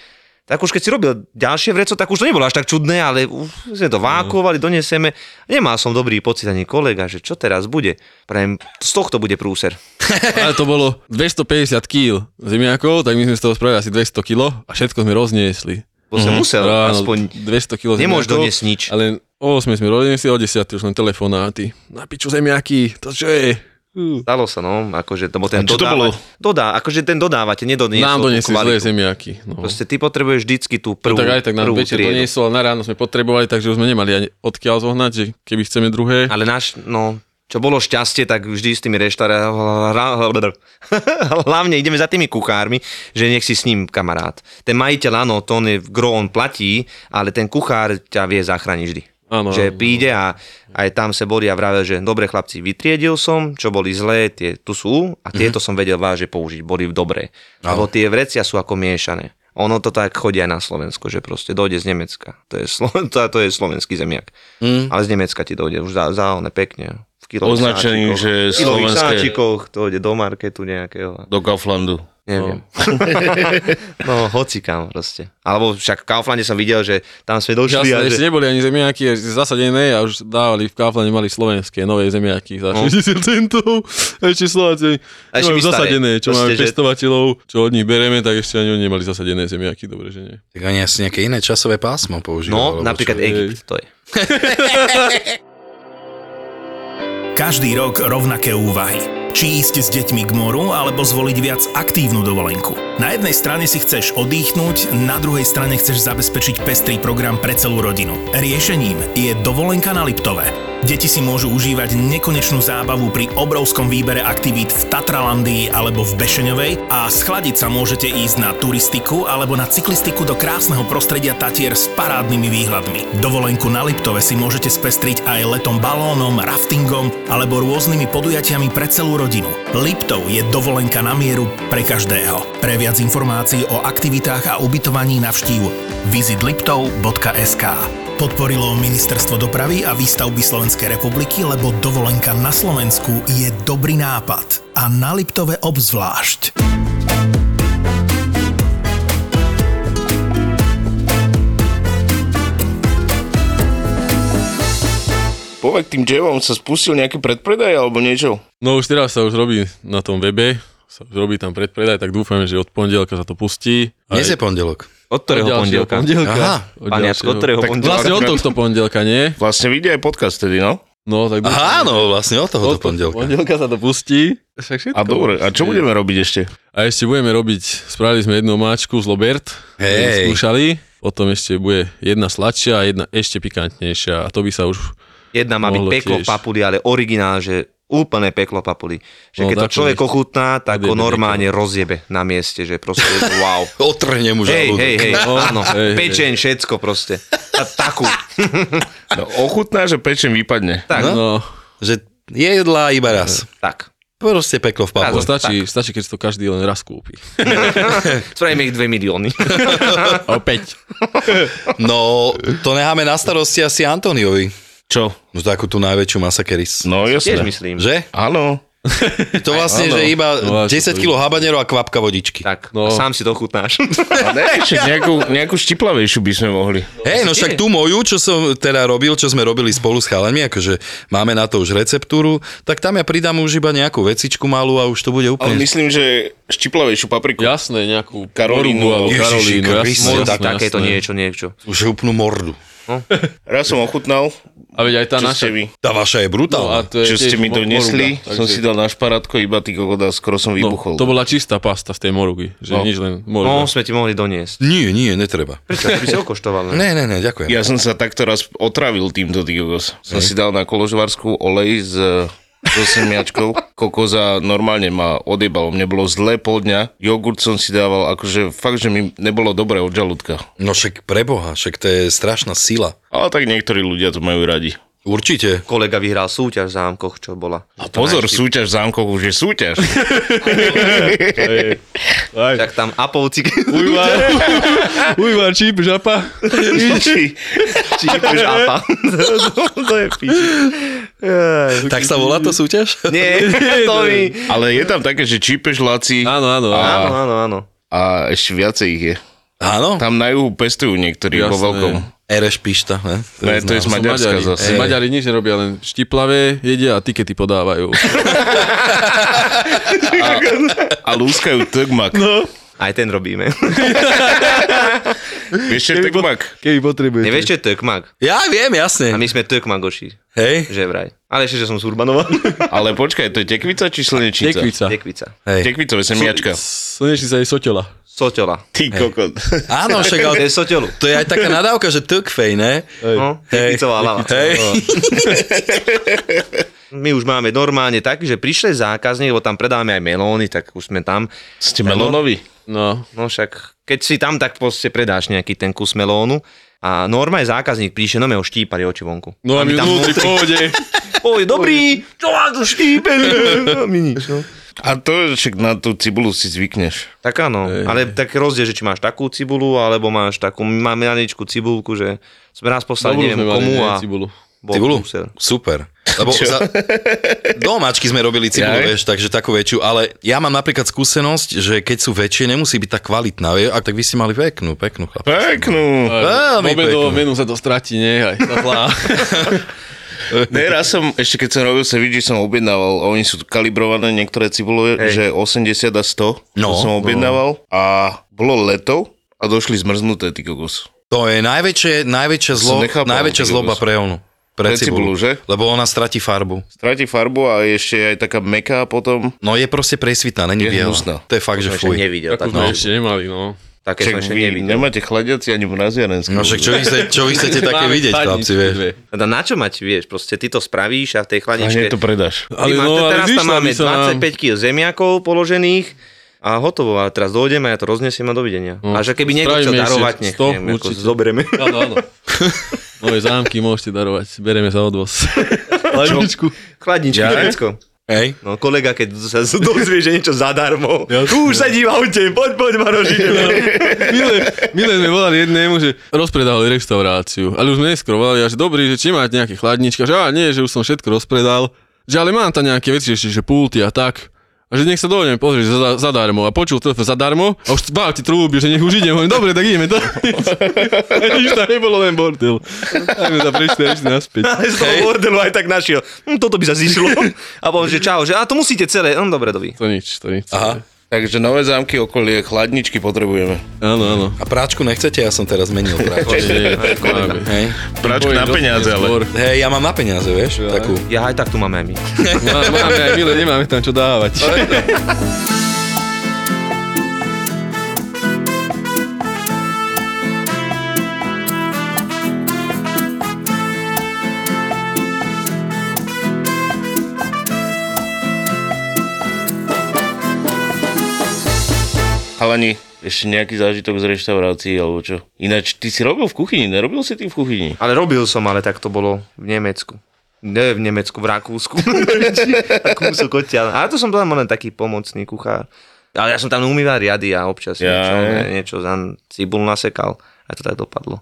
Speaker 9: Tak už keď si robil ďalšie vreco, tak už to nebolo až tak čudné, ale už sme to vákovali, donesieme. Nemal som dobrý pocit ani kolega, že čo teraz bude. Prajem, z tohto bude prúser.
Speaker 5: Ale to bolo 250 kg zemiakov, tak my sme z toho spravili asi 200 kg a všetko sme rozniesli.
Speaker 9: Bo
Speaker 5: Mhm.
Speaker 9: som musel
Speaker 5: Ráno
Speaker 9: aspoň...
Speaker 5: 200 kg
Speaker 9: Nemôžeš doniesť nič.
Speaker 5: Ale o 8 sme rozniesli, o 10 už len telefonáty. Na piču zemiaky, to čo je? Ú.
Speaker 9: Stalo sa, no, akože, lebo ten
Speaker 10: A čo to bolo?
Speaker 9: dodáva, dodá, akože ten dodávateľ nedoniesol
Speaker 5: Nám
Speaker 9: tú
Speaker 5: doniesli zlé
Speaker 9: kvalitu.
Speaker 5: zemiaky. No.
Speaker 9: Proste ty potrebuješ vždycky tú prvú,
Speaker 5: tak aj tak nám
Speaker 9: prvú
Speaker 5: večer
Speaker 9: triedu.
Speaker 5: doniesol a na ráno sme potrebovali, takže už sme nemali ani odkiaľ zohnať, že keby chceme druhé.
Speaker 9: Ale náš, no, čo bolo šťastie, tak vždy s tými reštaurátormi, hlavne ideme za tými kuchármi, že nech si s ním kamarát. Ten majiteľ, áno, to on je, gro on platí, ale ten kuchár ťa vie zachrániť vždy.
Speaker 5: Áno,
Speaker 9: že
Speaker 5: áno.
Speaker 9: príde a aj tam sa boli a vravel, že dobre chlapci, vytriedil som, čo boli zlé, tie tu sú a tieto som vedel vážne použiť, boli dobré. Lebo tie vrecia sú ako miešané. Ono to tak chodí aj na Slovensko, že proste dojde z Nemecka. To je, Slo- to, to je slovenský zemiak.
Speaker 10: Mm.
Speaker 9: Ale z Nemecka ti dojde už za, za one pekne. V kilových
Speaker 10: Označený,
Speaker 9: sáčikoch.
Speaker 10: že
Speaker 9: V kilových
Speaker 10: slovenské-
Speaker 9: sáčikoch, to ide do marketu nejakého.
Speaker 10: Do Kauflandu.
Speaker 9: Neviem. No, hoci kam proste. Alebo však v Kauflande som videl, že tam sme došli. a
Speaker 5: Jasné, ešte
Speaker 9: že...
Speaker 5: neboli ani zemiaky, až zasadené a už dávali v Kauflane mali slovenské nové zemiaky za
Speaker 9: No.
Speaker 5: 60 centov. A ešte Slováci
Speaker 9: A ešte
Speaker 5: nemajú
Speaker 9: my staré.
Speaker 5: zasadené, čo
Speaker 9: Proste,
Speaker 5: máme
Speaker 9: že-
Speaker 5: pestovateľov, čo od nich bereme, tak ešte ani oni nemali zasadené zemiaky, dobre, že nie.
Speaker 8: Tak oni asi nejaké iné časové pásmo používajú.
Speaker 5: No,
Speaker 8: alebo
Speaker 5: napríklad
Speaker 8: čo?
Speaker 5: Egypt,
Speaker 9: to je.
Speaker 2: Každý rok rovnaké úvahy. Či ísť s deťmi k moru, alebo zvoliť viac aktívnu dovolenku. Na jednej strane si chceš odýchnuť, na druhej strane chceš zabezpečiť pestrý program pre celú rodinu. Riešením je dovolenka na Liptove. Deti si môžu užívať nekonečnú zábavu pri obrovskom výbere aktivít v Tatralandii alebo v Bešeňovej a schladiť sa môžete ísť na turistiku alebo na cyklistiku do krásneho prostredia Tatier s parádnymi výhľadmi. Dovolenku na Liptove si môžete spestriť aj letom balónom, raftingom alebo rôznymi podujatiami pre celú rodinu. Liptov je dovolenka na mieru pre každého. Pre viac informácií o aktivitách a ubytovaní navštív visitliptov.sk Podporilo Ministerstvo dopravy a výstavby Slovenskej republiky, lebo dovolenka na Slovensku je dobrý nápad. A na Liptove obzvlášť.
Speaker 10: Povek tým džemom sa spustil nejaký predpredaj alebo niečo?
Speaker 5: No už teraz sa už robí na tom webe, sa už robí tam predpredaj, tak dúfame, že od pondelka sa to pustí.
Speaker 8: Dnes je pondelok.
Speaker 9: Od ktorého
Speaker 5: ďalšieho
Speaker 9: pondelka?
Speaker 5: pondelka.
Speaker 9: Aha. Pán Jacko,
Speaker 5: ďalšieho.
Speaker 9: od ktorého
Speaker 5: tak
Speaker 9: pondelka?
Speaker 5: Vlastne od tohto pondelka, nie?
Speaker 10: Vlastne vidia aj podcast tedy, no?
Speaker 5: No, tak
Speaker 8: Aha, áno, vlastne od tohoto pondelka.
Speaker 5: Pondelka sa to pustí. Však všetko
Speaker 10: A dobre, a
Speaker 5: pustí.
Speaker 10: čo budeme robiť ešte?
Speaker 5: A ešte budeme robiť, spravili sme jednu omáčku z Lobert,
Speaker 8: Hej.
Speaker 5: hey. skúšali, potom ešte bude jedna sladšia a jedna ešte pikantnejšia a to by sa už...
Speaker 9: Jedna má byť
Speaker 5: Mohlo
Speaker 9: peklo
Speaker 5: tiež.
Speaker 9: papuli, ale originál, že úplne peklo papuli. Že
Speaker 5: No,
Speaker 9: keď to
Speaker 5: tak to
Speaker 9: človek
Speaker 5: je-
Speaker 9: ochutná, tak ho
Speaker 5: odjebe
Speaker 9: normálne rozjebe na mieste, že proste wow.
Speaker 8: Otrhne mu
Speaker 9: Hej,
Speaker 8: žalúdok.
Speaker 9: hej, hej,
Speaker 8: No,
Speaker 9: áno,
Speaker 8: hej, hej.
Speaker 9: pečeň, všetko proste. A takú.
Speaker 10: No, ochutná, že pečem vypadne.
Speaker 9: Tak.
Speaker 5: No.
Speaker 8: Že jedla iba raz.
Speaker 9: Tak.
Speaker 8: Proste peklo v
Speaker 5: A
Speaker 8: papu.
Speaker 5: to stačí, stačí, keď si to každý len raz kúpi.
Speaker 9: Spravíme ich 2 milióny.
Speaker 5: Opäť.
Speaker 8: No, to necháme na starosti asi Antoniovi.
Speaker 10: Čo?
Speaker 8: No takú tú najväčšiu masakeris.
Speaker 10: No
Speaker 9: jasné. Tiež myslím.
Speaker 8: Že?
Speaker 10: Áno.
Speaker 8: To vlastne, že
Speaker 10: Áno.
Speaker 8: iba
Speaker 10: No, ale
Speaker 8: 10
Speaker 10: to-
Speaker 8: kg habanero a kvapka vodičky.
Speaker 9: Tak, no. sám si to chutnáš.
Speaker 10: Ne, však nejakú, nejakú štiplavejšiu by sme mohli.
Speaker 8: Hej, no však tú moju, čo som teda robil, čo sme robili spolu s chalanmi, akože máme na to už receptúru, tak tam ja pridám už iba nejakú vecičku malú a už to bude
Speaker 10: Ale
Speaker 8: úplne...
Speaker 10: myslím, že štiplavejšiu papriku.
Speaker 5: Jasné, nejakú
Speaker 10: Karolínu.
Speaker 5: morubu alebo
Speaker 8: Ježiši
Speaker 10: alebo-
Speaker 5: Karolínu, jasné,
Speaker 8: Kriste,
Speaker 5: jasné,
Speaker 8: tak
Speaker 9: Takéto
Speaker 5: jasné.
Speaker 9: niečo, niečo.
Speaker 8: Už úplnú mordu.
Speaker 10: Raz som ochutnal.
Speaker 5: A veď aj tá
Speaker 10: Čo
Speaker 5: naša... No,
Speaker 10: ste vy?
Speaker 8: Tá vaša je brutálna.
Speaker 5: to je
Speaker 10: čo ste
Speaker 5: tiež
Speaker 10: mi
Speaker 5: mo-
Speaker 10: donesli,
Speaker 5: moruga, takže-
Speaker 10: som
Speaker 5: No,
Speaker 10: si dal na šparátko, iba ty kokoda, skoro som vybuchol.
Speaker 5: To bola čistá pasta z tej morugy, že
Speaker 10: No.
Speaker 5: nič len
Speaker 9: No,
Speaker 5: moruga.
Speaker 9: sme ti mohli doniesť.
Speaker 8: Nie, nie, netreba.
Speaker 9: Prečo? Ty by si okoštoval. ne?
Speaker 8: Ne, ne, ne, ďakujem.
Speaker 10: Ja som sa takto raz otravil týmto digogos. Som si dal na koložvarskú olej z so semiačkou. Kokoza normálne ma odjebalo. Mne bolo zlé pol dňa. Jogurt som si dával, akože fakt, že mi nebolo dobré od žalúdka.
Speaker 8: No však preboha, však to je strašná sila.
Speaker 10: Ale tak niektorí ľudia to majú radi.
Speaker 8: Určite.
Speaker 9: Kolega vyhral súťaž v zámkoch, čo bola.
Speaker 10: A pozor, súťaž v zámkoch už je súťaž.
Speaker 9: Tak tam apovci.
Speaker 5: Uj, má číp, žapa.
Speaker 10: Či,
Speaker 9: či žápa. to je piči.
Speaker 8: Tak sa volá to súťaž?
Speaker 9: Nie, to mi... No,
Speaker 10: Ale je tam také, že čípeš laci
Speaker 5: Áno, áno, áno.
Speaker 9: Áno, áno, áno.
Speaker 10: a ešte viacej ich je.
Speaker 8: Áno?
Speaker 10: Tam na juhu pestujú niektorí vo
Speaker 5: Jasné.
Speaker 10: veľkom.
Speaker 8: Ereš pišta, ne?
Speaker 10: Ne, to je z
Speaker 5: Sú
Speaker 10: Maďarska
Speaker 5: Maďari.
Speaker 10: zase.
Speaker 5: Ej. Maďari nič nerobia, len štiplavé jedia a tikety podávajú.
Speaker 10: A lúskajú tgmak.
Speaker 9: Aj ten robíme.
Speaker 10: Vieš, čo je tgmak?
Speaker 5: Keby potrebujete.
Speaker 9: Nevieš, čo je tökmak?
Speaker 8: Ja viem,
Speaker 9: A
Speaker 8: jasne.
Speaker 9: my sme tökmagoši,
Speaker 8: Hej,
Speaker 9: že vraj. Ale ešte, že som z Urbanova.
Speaker 10: Ale počkaj, to je tekvica či slnečnica?
Speaker 5: Tekvica.
Speaker 9: Dekvica.
Speaker 8: hej.
Speaker 10: Tekvicové semiačka.
Speaker 5: Slnečnica je soteľa.
Speaker 9: Soťola.
Speaker 10: Ty kokot.
Speaker 8: Áno, však ale
Speaker 9: To je soťolu.
Speaker 8: to je aj taká nadávka, že tukfej, ne?
Speaker 9: No, tekvicová lava. No.
Speaker 8: Hej.
Speaker 9: My už máme normálne tak, že prišiel zákazník, lebo tam predávame aj melóny, tak už sme tam.
Speaker 10: Ste melónovi?
Speaker 5: No,
Speaker 9: No však, keď si tam, tak proste predáš nejaký ten kus melónu. A normálne zákazník prišiel, no mňa ho štípali oči vonku.
Speaker 5: no a my
Speaker 9: tam
Speaker 5: vnútri v
Speaker 9: vnútri-
Speaker 5: pohode.
Speaker 9: Oj, dobrý, čo vás to štípe? A my nič, no.
Speaker 10: A to však na tú cibulu si zvykneš.
Speaker 9: Tak áno, Ej. ale tak rozdiel, že či máš takú cibulu, alebo máš takú maličkú cibulku, že sme raz poslali,
Speaker 8: Dobrú
Speaker 9: neviem
Speaker 8: sme mali,
Speaker 9: komu
Speaker 8: nie,
Speaker 9: a...
Speaker 8: cibulu.
Speaker 9: bol
Speaker 8: Cibulu?
Speaker 9: prúser.
Speaker 8: Super. Lebo
Speaker 9: Čo?
Speaker 8: za, do omáčky sme robili cibulu,
Speaker 9: Jaj.
Speaker 8: vieš, takže takú väčšiu, ale ja mám napríklad skúsenosť, že keď sú väčšie, nemusí byť tak kvalitná, vieš, a tak vy ste mali peknú, peknú chlap.
Speaker 10: Peknú.
Speaker 8: Veľmi
Speaker 5: Obedovo
Speaker 8: peknú.
Speaker 5: menu sa to stratí, nehaj. sa tlá.
Speaker 10: Ne, raz som, ešte keď som robil sa vidí, som objednával, oni sú kalibrované niektoré cibule, že 80 a 100,
Speaker 8: No.
Speaker 10: no, som objednával a bolo leto a došli zmrznuté, ty kokos.
Speaker 8: To je najväčšie, najväčšie
Speaker 10: Som
Speaker 8: zlo,
Speaker 10: nechápal,
Speaker 8: najväčšia
Speaker 10: ty
Speaker 8: zloba
Speaker 10: kokos.
Speaker 8: pre onu. Pre,
Speaker 10: Pre cibulu, že?
Speaker 8: Lebo ona stratí farbu.
Speaker 10: Stráti farbu a je ešte aj taká meká potom.
Speaker 8: No je proste presvitná, není
Speaker 10: Je
Speaker 8: biela.
Speaker 10: hnusná.
Speaker 8: To je fakt, že
Speaker 9: ešte
Speaker 8: fuj.
Speaker 9: nevidel
Speaker 8: Tak
Speaker 9: takú.
Speaker 8: no.
Speaker 5: Ešte nemali, no.
Speaker 9: Také som
Speaker 10: Čak
Speaker 9: ešte
Speaker 10: vy
Speaker 9: nevidel.
Speaker 10: nemáte chladiaci ani v naziarenskú.
Speaker 8: No však čo vy chcete, čo vy chcete také
Speaker 5: Máme
Speaker 8: vidieť,
Speaker 5: chladničky
Speaker 8: chlapci, vieš?
Speaker 5: dve.
Speaker 9: Teda na čo mať, vieš, proste ty to spravíš a v
Speaker 10: A
Speaker 9: tej
Speaker 10: hneď
Speaker 9: chladničke...
Speaker 10: to predáš.
Speaker 5: Ale
Speaker 9: Ale máš,
Speaker 5: no, ale
Speaker 9: teraz tam
Speaker 5: zišla by
Speaker 9: máme
Speaker 5: sa nám-
Speaker 9: 25 kg zemiakov položených a hotovo. A teraz dojdem a ja to roznesiem a dovidenia.
Speaker 5: No,
Speaker 9: a že keby niekto chcel
Speaker 5: spravíme si
Speaker 9: darovať, nech
Speaker 5: 100
Speaker 9: neviem, ako
Speaker 5: určite.
Speaker 9: zoberieme.
Speaker 5: Áno, áno. Moje zámky môžete darovať, bereme sa odvoz. Hlavičku.
Speaker 9: Chladničky,
Speaker 5: Ja?
Speaker 9: všetko.
Speaker 8: Hej.
Speaker 9: No kolega, keď sa dozvie, že niečo zadarmo. No, Už sedí v aute, poď, poď, Maroš, ideme.
Speaker 5: Milé, milé sme volali jednému, že rozpredávali reštauráciu, ale už sme neskrovali a že dobrý, že či máte nejaké chladnička, že a nie, že už som všetko rozpredal, že ale mám tam nejaké veci ešte, že pulty a tak. A že nech sa dojdeme pozrieť že za, zadarmo. A počul telefón zadarmo a už bál ti trúbi, že nech už idem. Hovorím, dobre, tak ideme. To... Nič tam nebolo, len bordel. A sme sa prešli a išli naspäť.
Speaker 9: Ale z toho bordelu aj tak našiel. Hm, toto by sa zišlo. A povedal, že čau, že a to musíte celé. Hm, dobre, dovi.
Speaker 5: To nič, to nič.
Speaker 8: Aha.
Speaker 10: Takže nové zámky okolie, chladničky potrebujeme.
Speaker 5: Áno, áno.
Speaker 8: A práčku nechcete? Ja som teraz menil práčku.
Speaker 5: Nie, tak máme.
Speaker 8: Hej.
Speaker 10: Práčku na peniaze, ale.
Speaker 8: Hej, ja mám na peniaze, vieš, takú.
Speaker 9: Ja aj tak tu máme aj my.
Speaker 5: Má- Máme aj milé, nemáme tam čo dávať.
Speaker 10: Halani, ešte nejaký zážitok z reštaurácií alebo čo? Ináč, ty si robil v kuchyni, nerobil si ty v kuchyni?
Speaker 9: Ale robil som, ale tak to bolo v Nemecku. Ne v Nemecku, v Rakúsku. A kúsok odtiaľ. Ale to som tam len taký pomocný kuchár. Ale ja som tam umýval riady a občas
Speaker 10: Ja.
Speaker 9: niečo, ne- niečo tam cibul nasekal. A to tak dopadlo.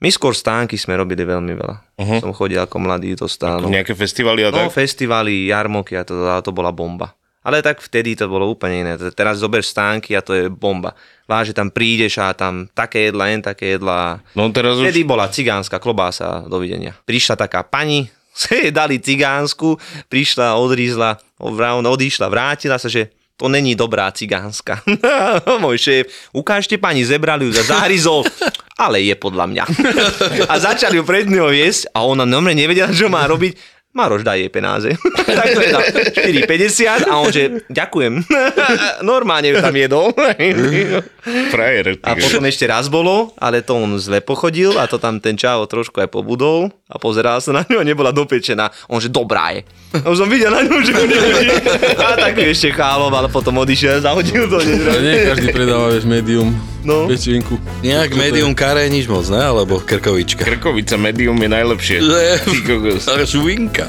Speaker 9: My skôr stánky sme robili veľmi veľa. Uh-huh. Som chodil ako mladý do stánov.
Speaker 10: Nejaké festivaly a
Speaker 9: No,
Speaker 10: Mhm. tak?
Speaker 9: festivaly, jarmoky a to, a to bola bomba. Ale tak vtedy to bolo úplne iné. T- Teraz zober stánky a to je bomba. Váže tam prídeš a tam také jedla, jen také jedla.
Speaker 10: No teraz už...
Speaker 9: Vtedy bola cigánska klobása, dovidenia. Prišla taká pani, si jej dali cigánsku, prišla, odrízla, vrá- odišla, vrátila sa, že to není dobrá cigánska. No, Môj šéf, ukážte pani, zebrali ju za záhryzov, ale je podľa mňa. a začali ju pred ňou jesť a ona nomre nevedela, čo má robiť. Maroš, daj jej penáze. tak to je dal 4,50 a on že, ďakujem. Normálne ju tam jedol.
Speaker 10: Frajer.
Speaker 9: A potom ešte raz bolo, ale to on zle pochodil a to tam ten čavo trošku aj pobudol a pozeral sa na ňu a nebola dopečená. On že dobrá je. A už som videl na ňu, že nevedí. A tak ju ešte chálov, ale potom odišiel a zahodil to.
Speaker 5: Ale nie každý predáva, vieš, medium,
Speaker 9: No.
Speaker 5: pečinku.
Speaker 8: Nejak medium karé nič moc, ne? Alebo krkovička.
Speaker 10: Krkovica medium je najlepšie.
Speaker 8: Že-
Speaker 10: Ty kokos.
Speaker 8: Ale šuvinka.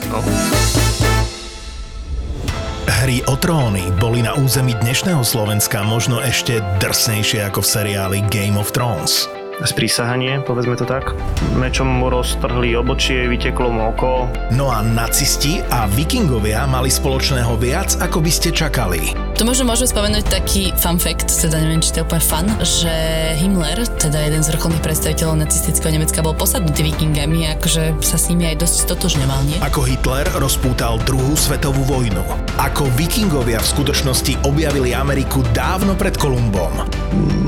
Speaker 2: Hry o tróny boli na území dnešného Slovenska možno ešte drsnejšie ako v seriáli Game of Thrones.
Speaker 12: sprísahanie, povedzme to tak. Mečom mu roztrhli obočie, vyteklo mu oko.
Speaker 2: No a nacisti a vikingovia mali spoločného viac, ako by ste čakali.
Speaker 13: To možno môžeme spomenúť taký fun fact, teda neviem, či to je úplne fun, že Himmler, teda jeden z vrcholných predstaviteľov nacistického Nemecka, bol posadnutý vikingami a akože sa s nimi aj dosť stotožňoval, nie?
Speaker 2: Ako Hitler rozpútal druhú svetovú vojnu. Ako vikingovia v skutočnosti objavili Ameriku dávno pred Kolumbom.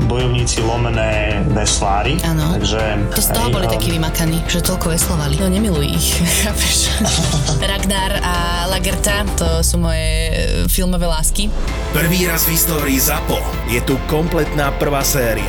Speaker 12: Bojovníci lomené veslári.
Speaker 13: Áno.
Speaker 12: Takže... eh,
Speaker 13: To z toho
Speaker 12: hej,
Speaker 13: boli
Speaker 12: a-
Speaker 13: takí vymakaní, že toľko veslovali. No nemiluj ich, chápeš? Ragnar a Lagerta, to sú moje e, filmové lásky.
Speaker 2: Prvý raz v histórii ZAPO je tu kompletná prvá séria.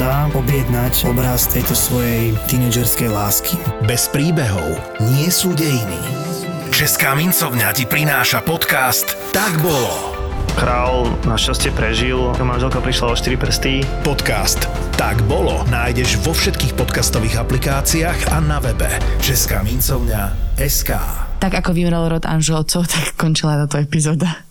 Speaker 14: objednať obraz tejto svojej tínedžerskej lásky.
Speaker 2: Bez príbehov nie sú dejiny. Česká mincovňa ti prináša podcast Tak bolo.
Speaker 12: Král našťastie prežil, jeho manželka prišla o 4 prsty.
Speaker 2: Podcast Tak bolo nájdeš vo všetkých podcastových aplikáciách a na webe Česká mincovňa SK.
Speaker 13: Tak ako vymrel rod Anželcov, tak končila táto epizóda.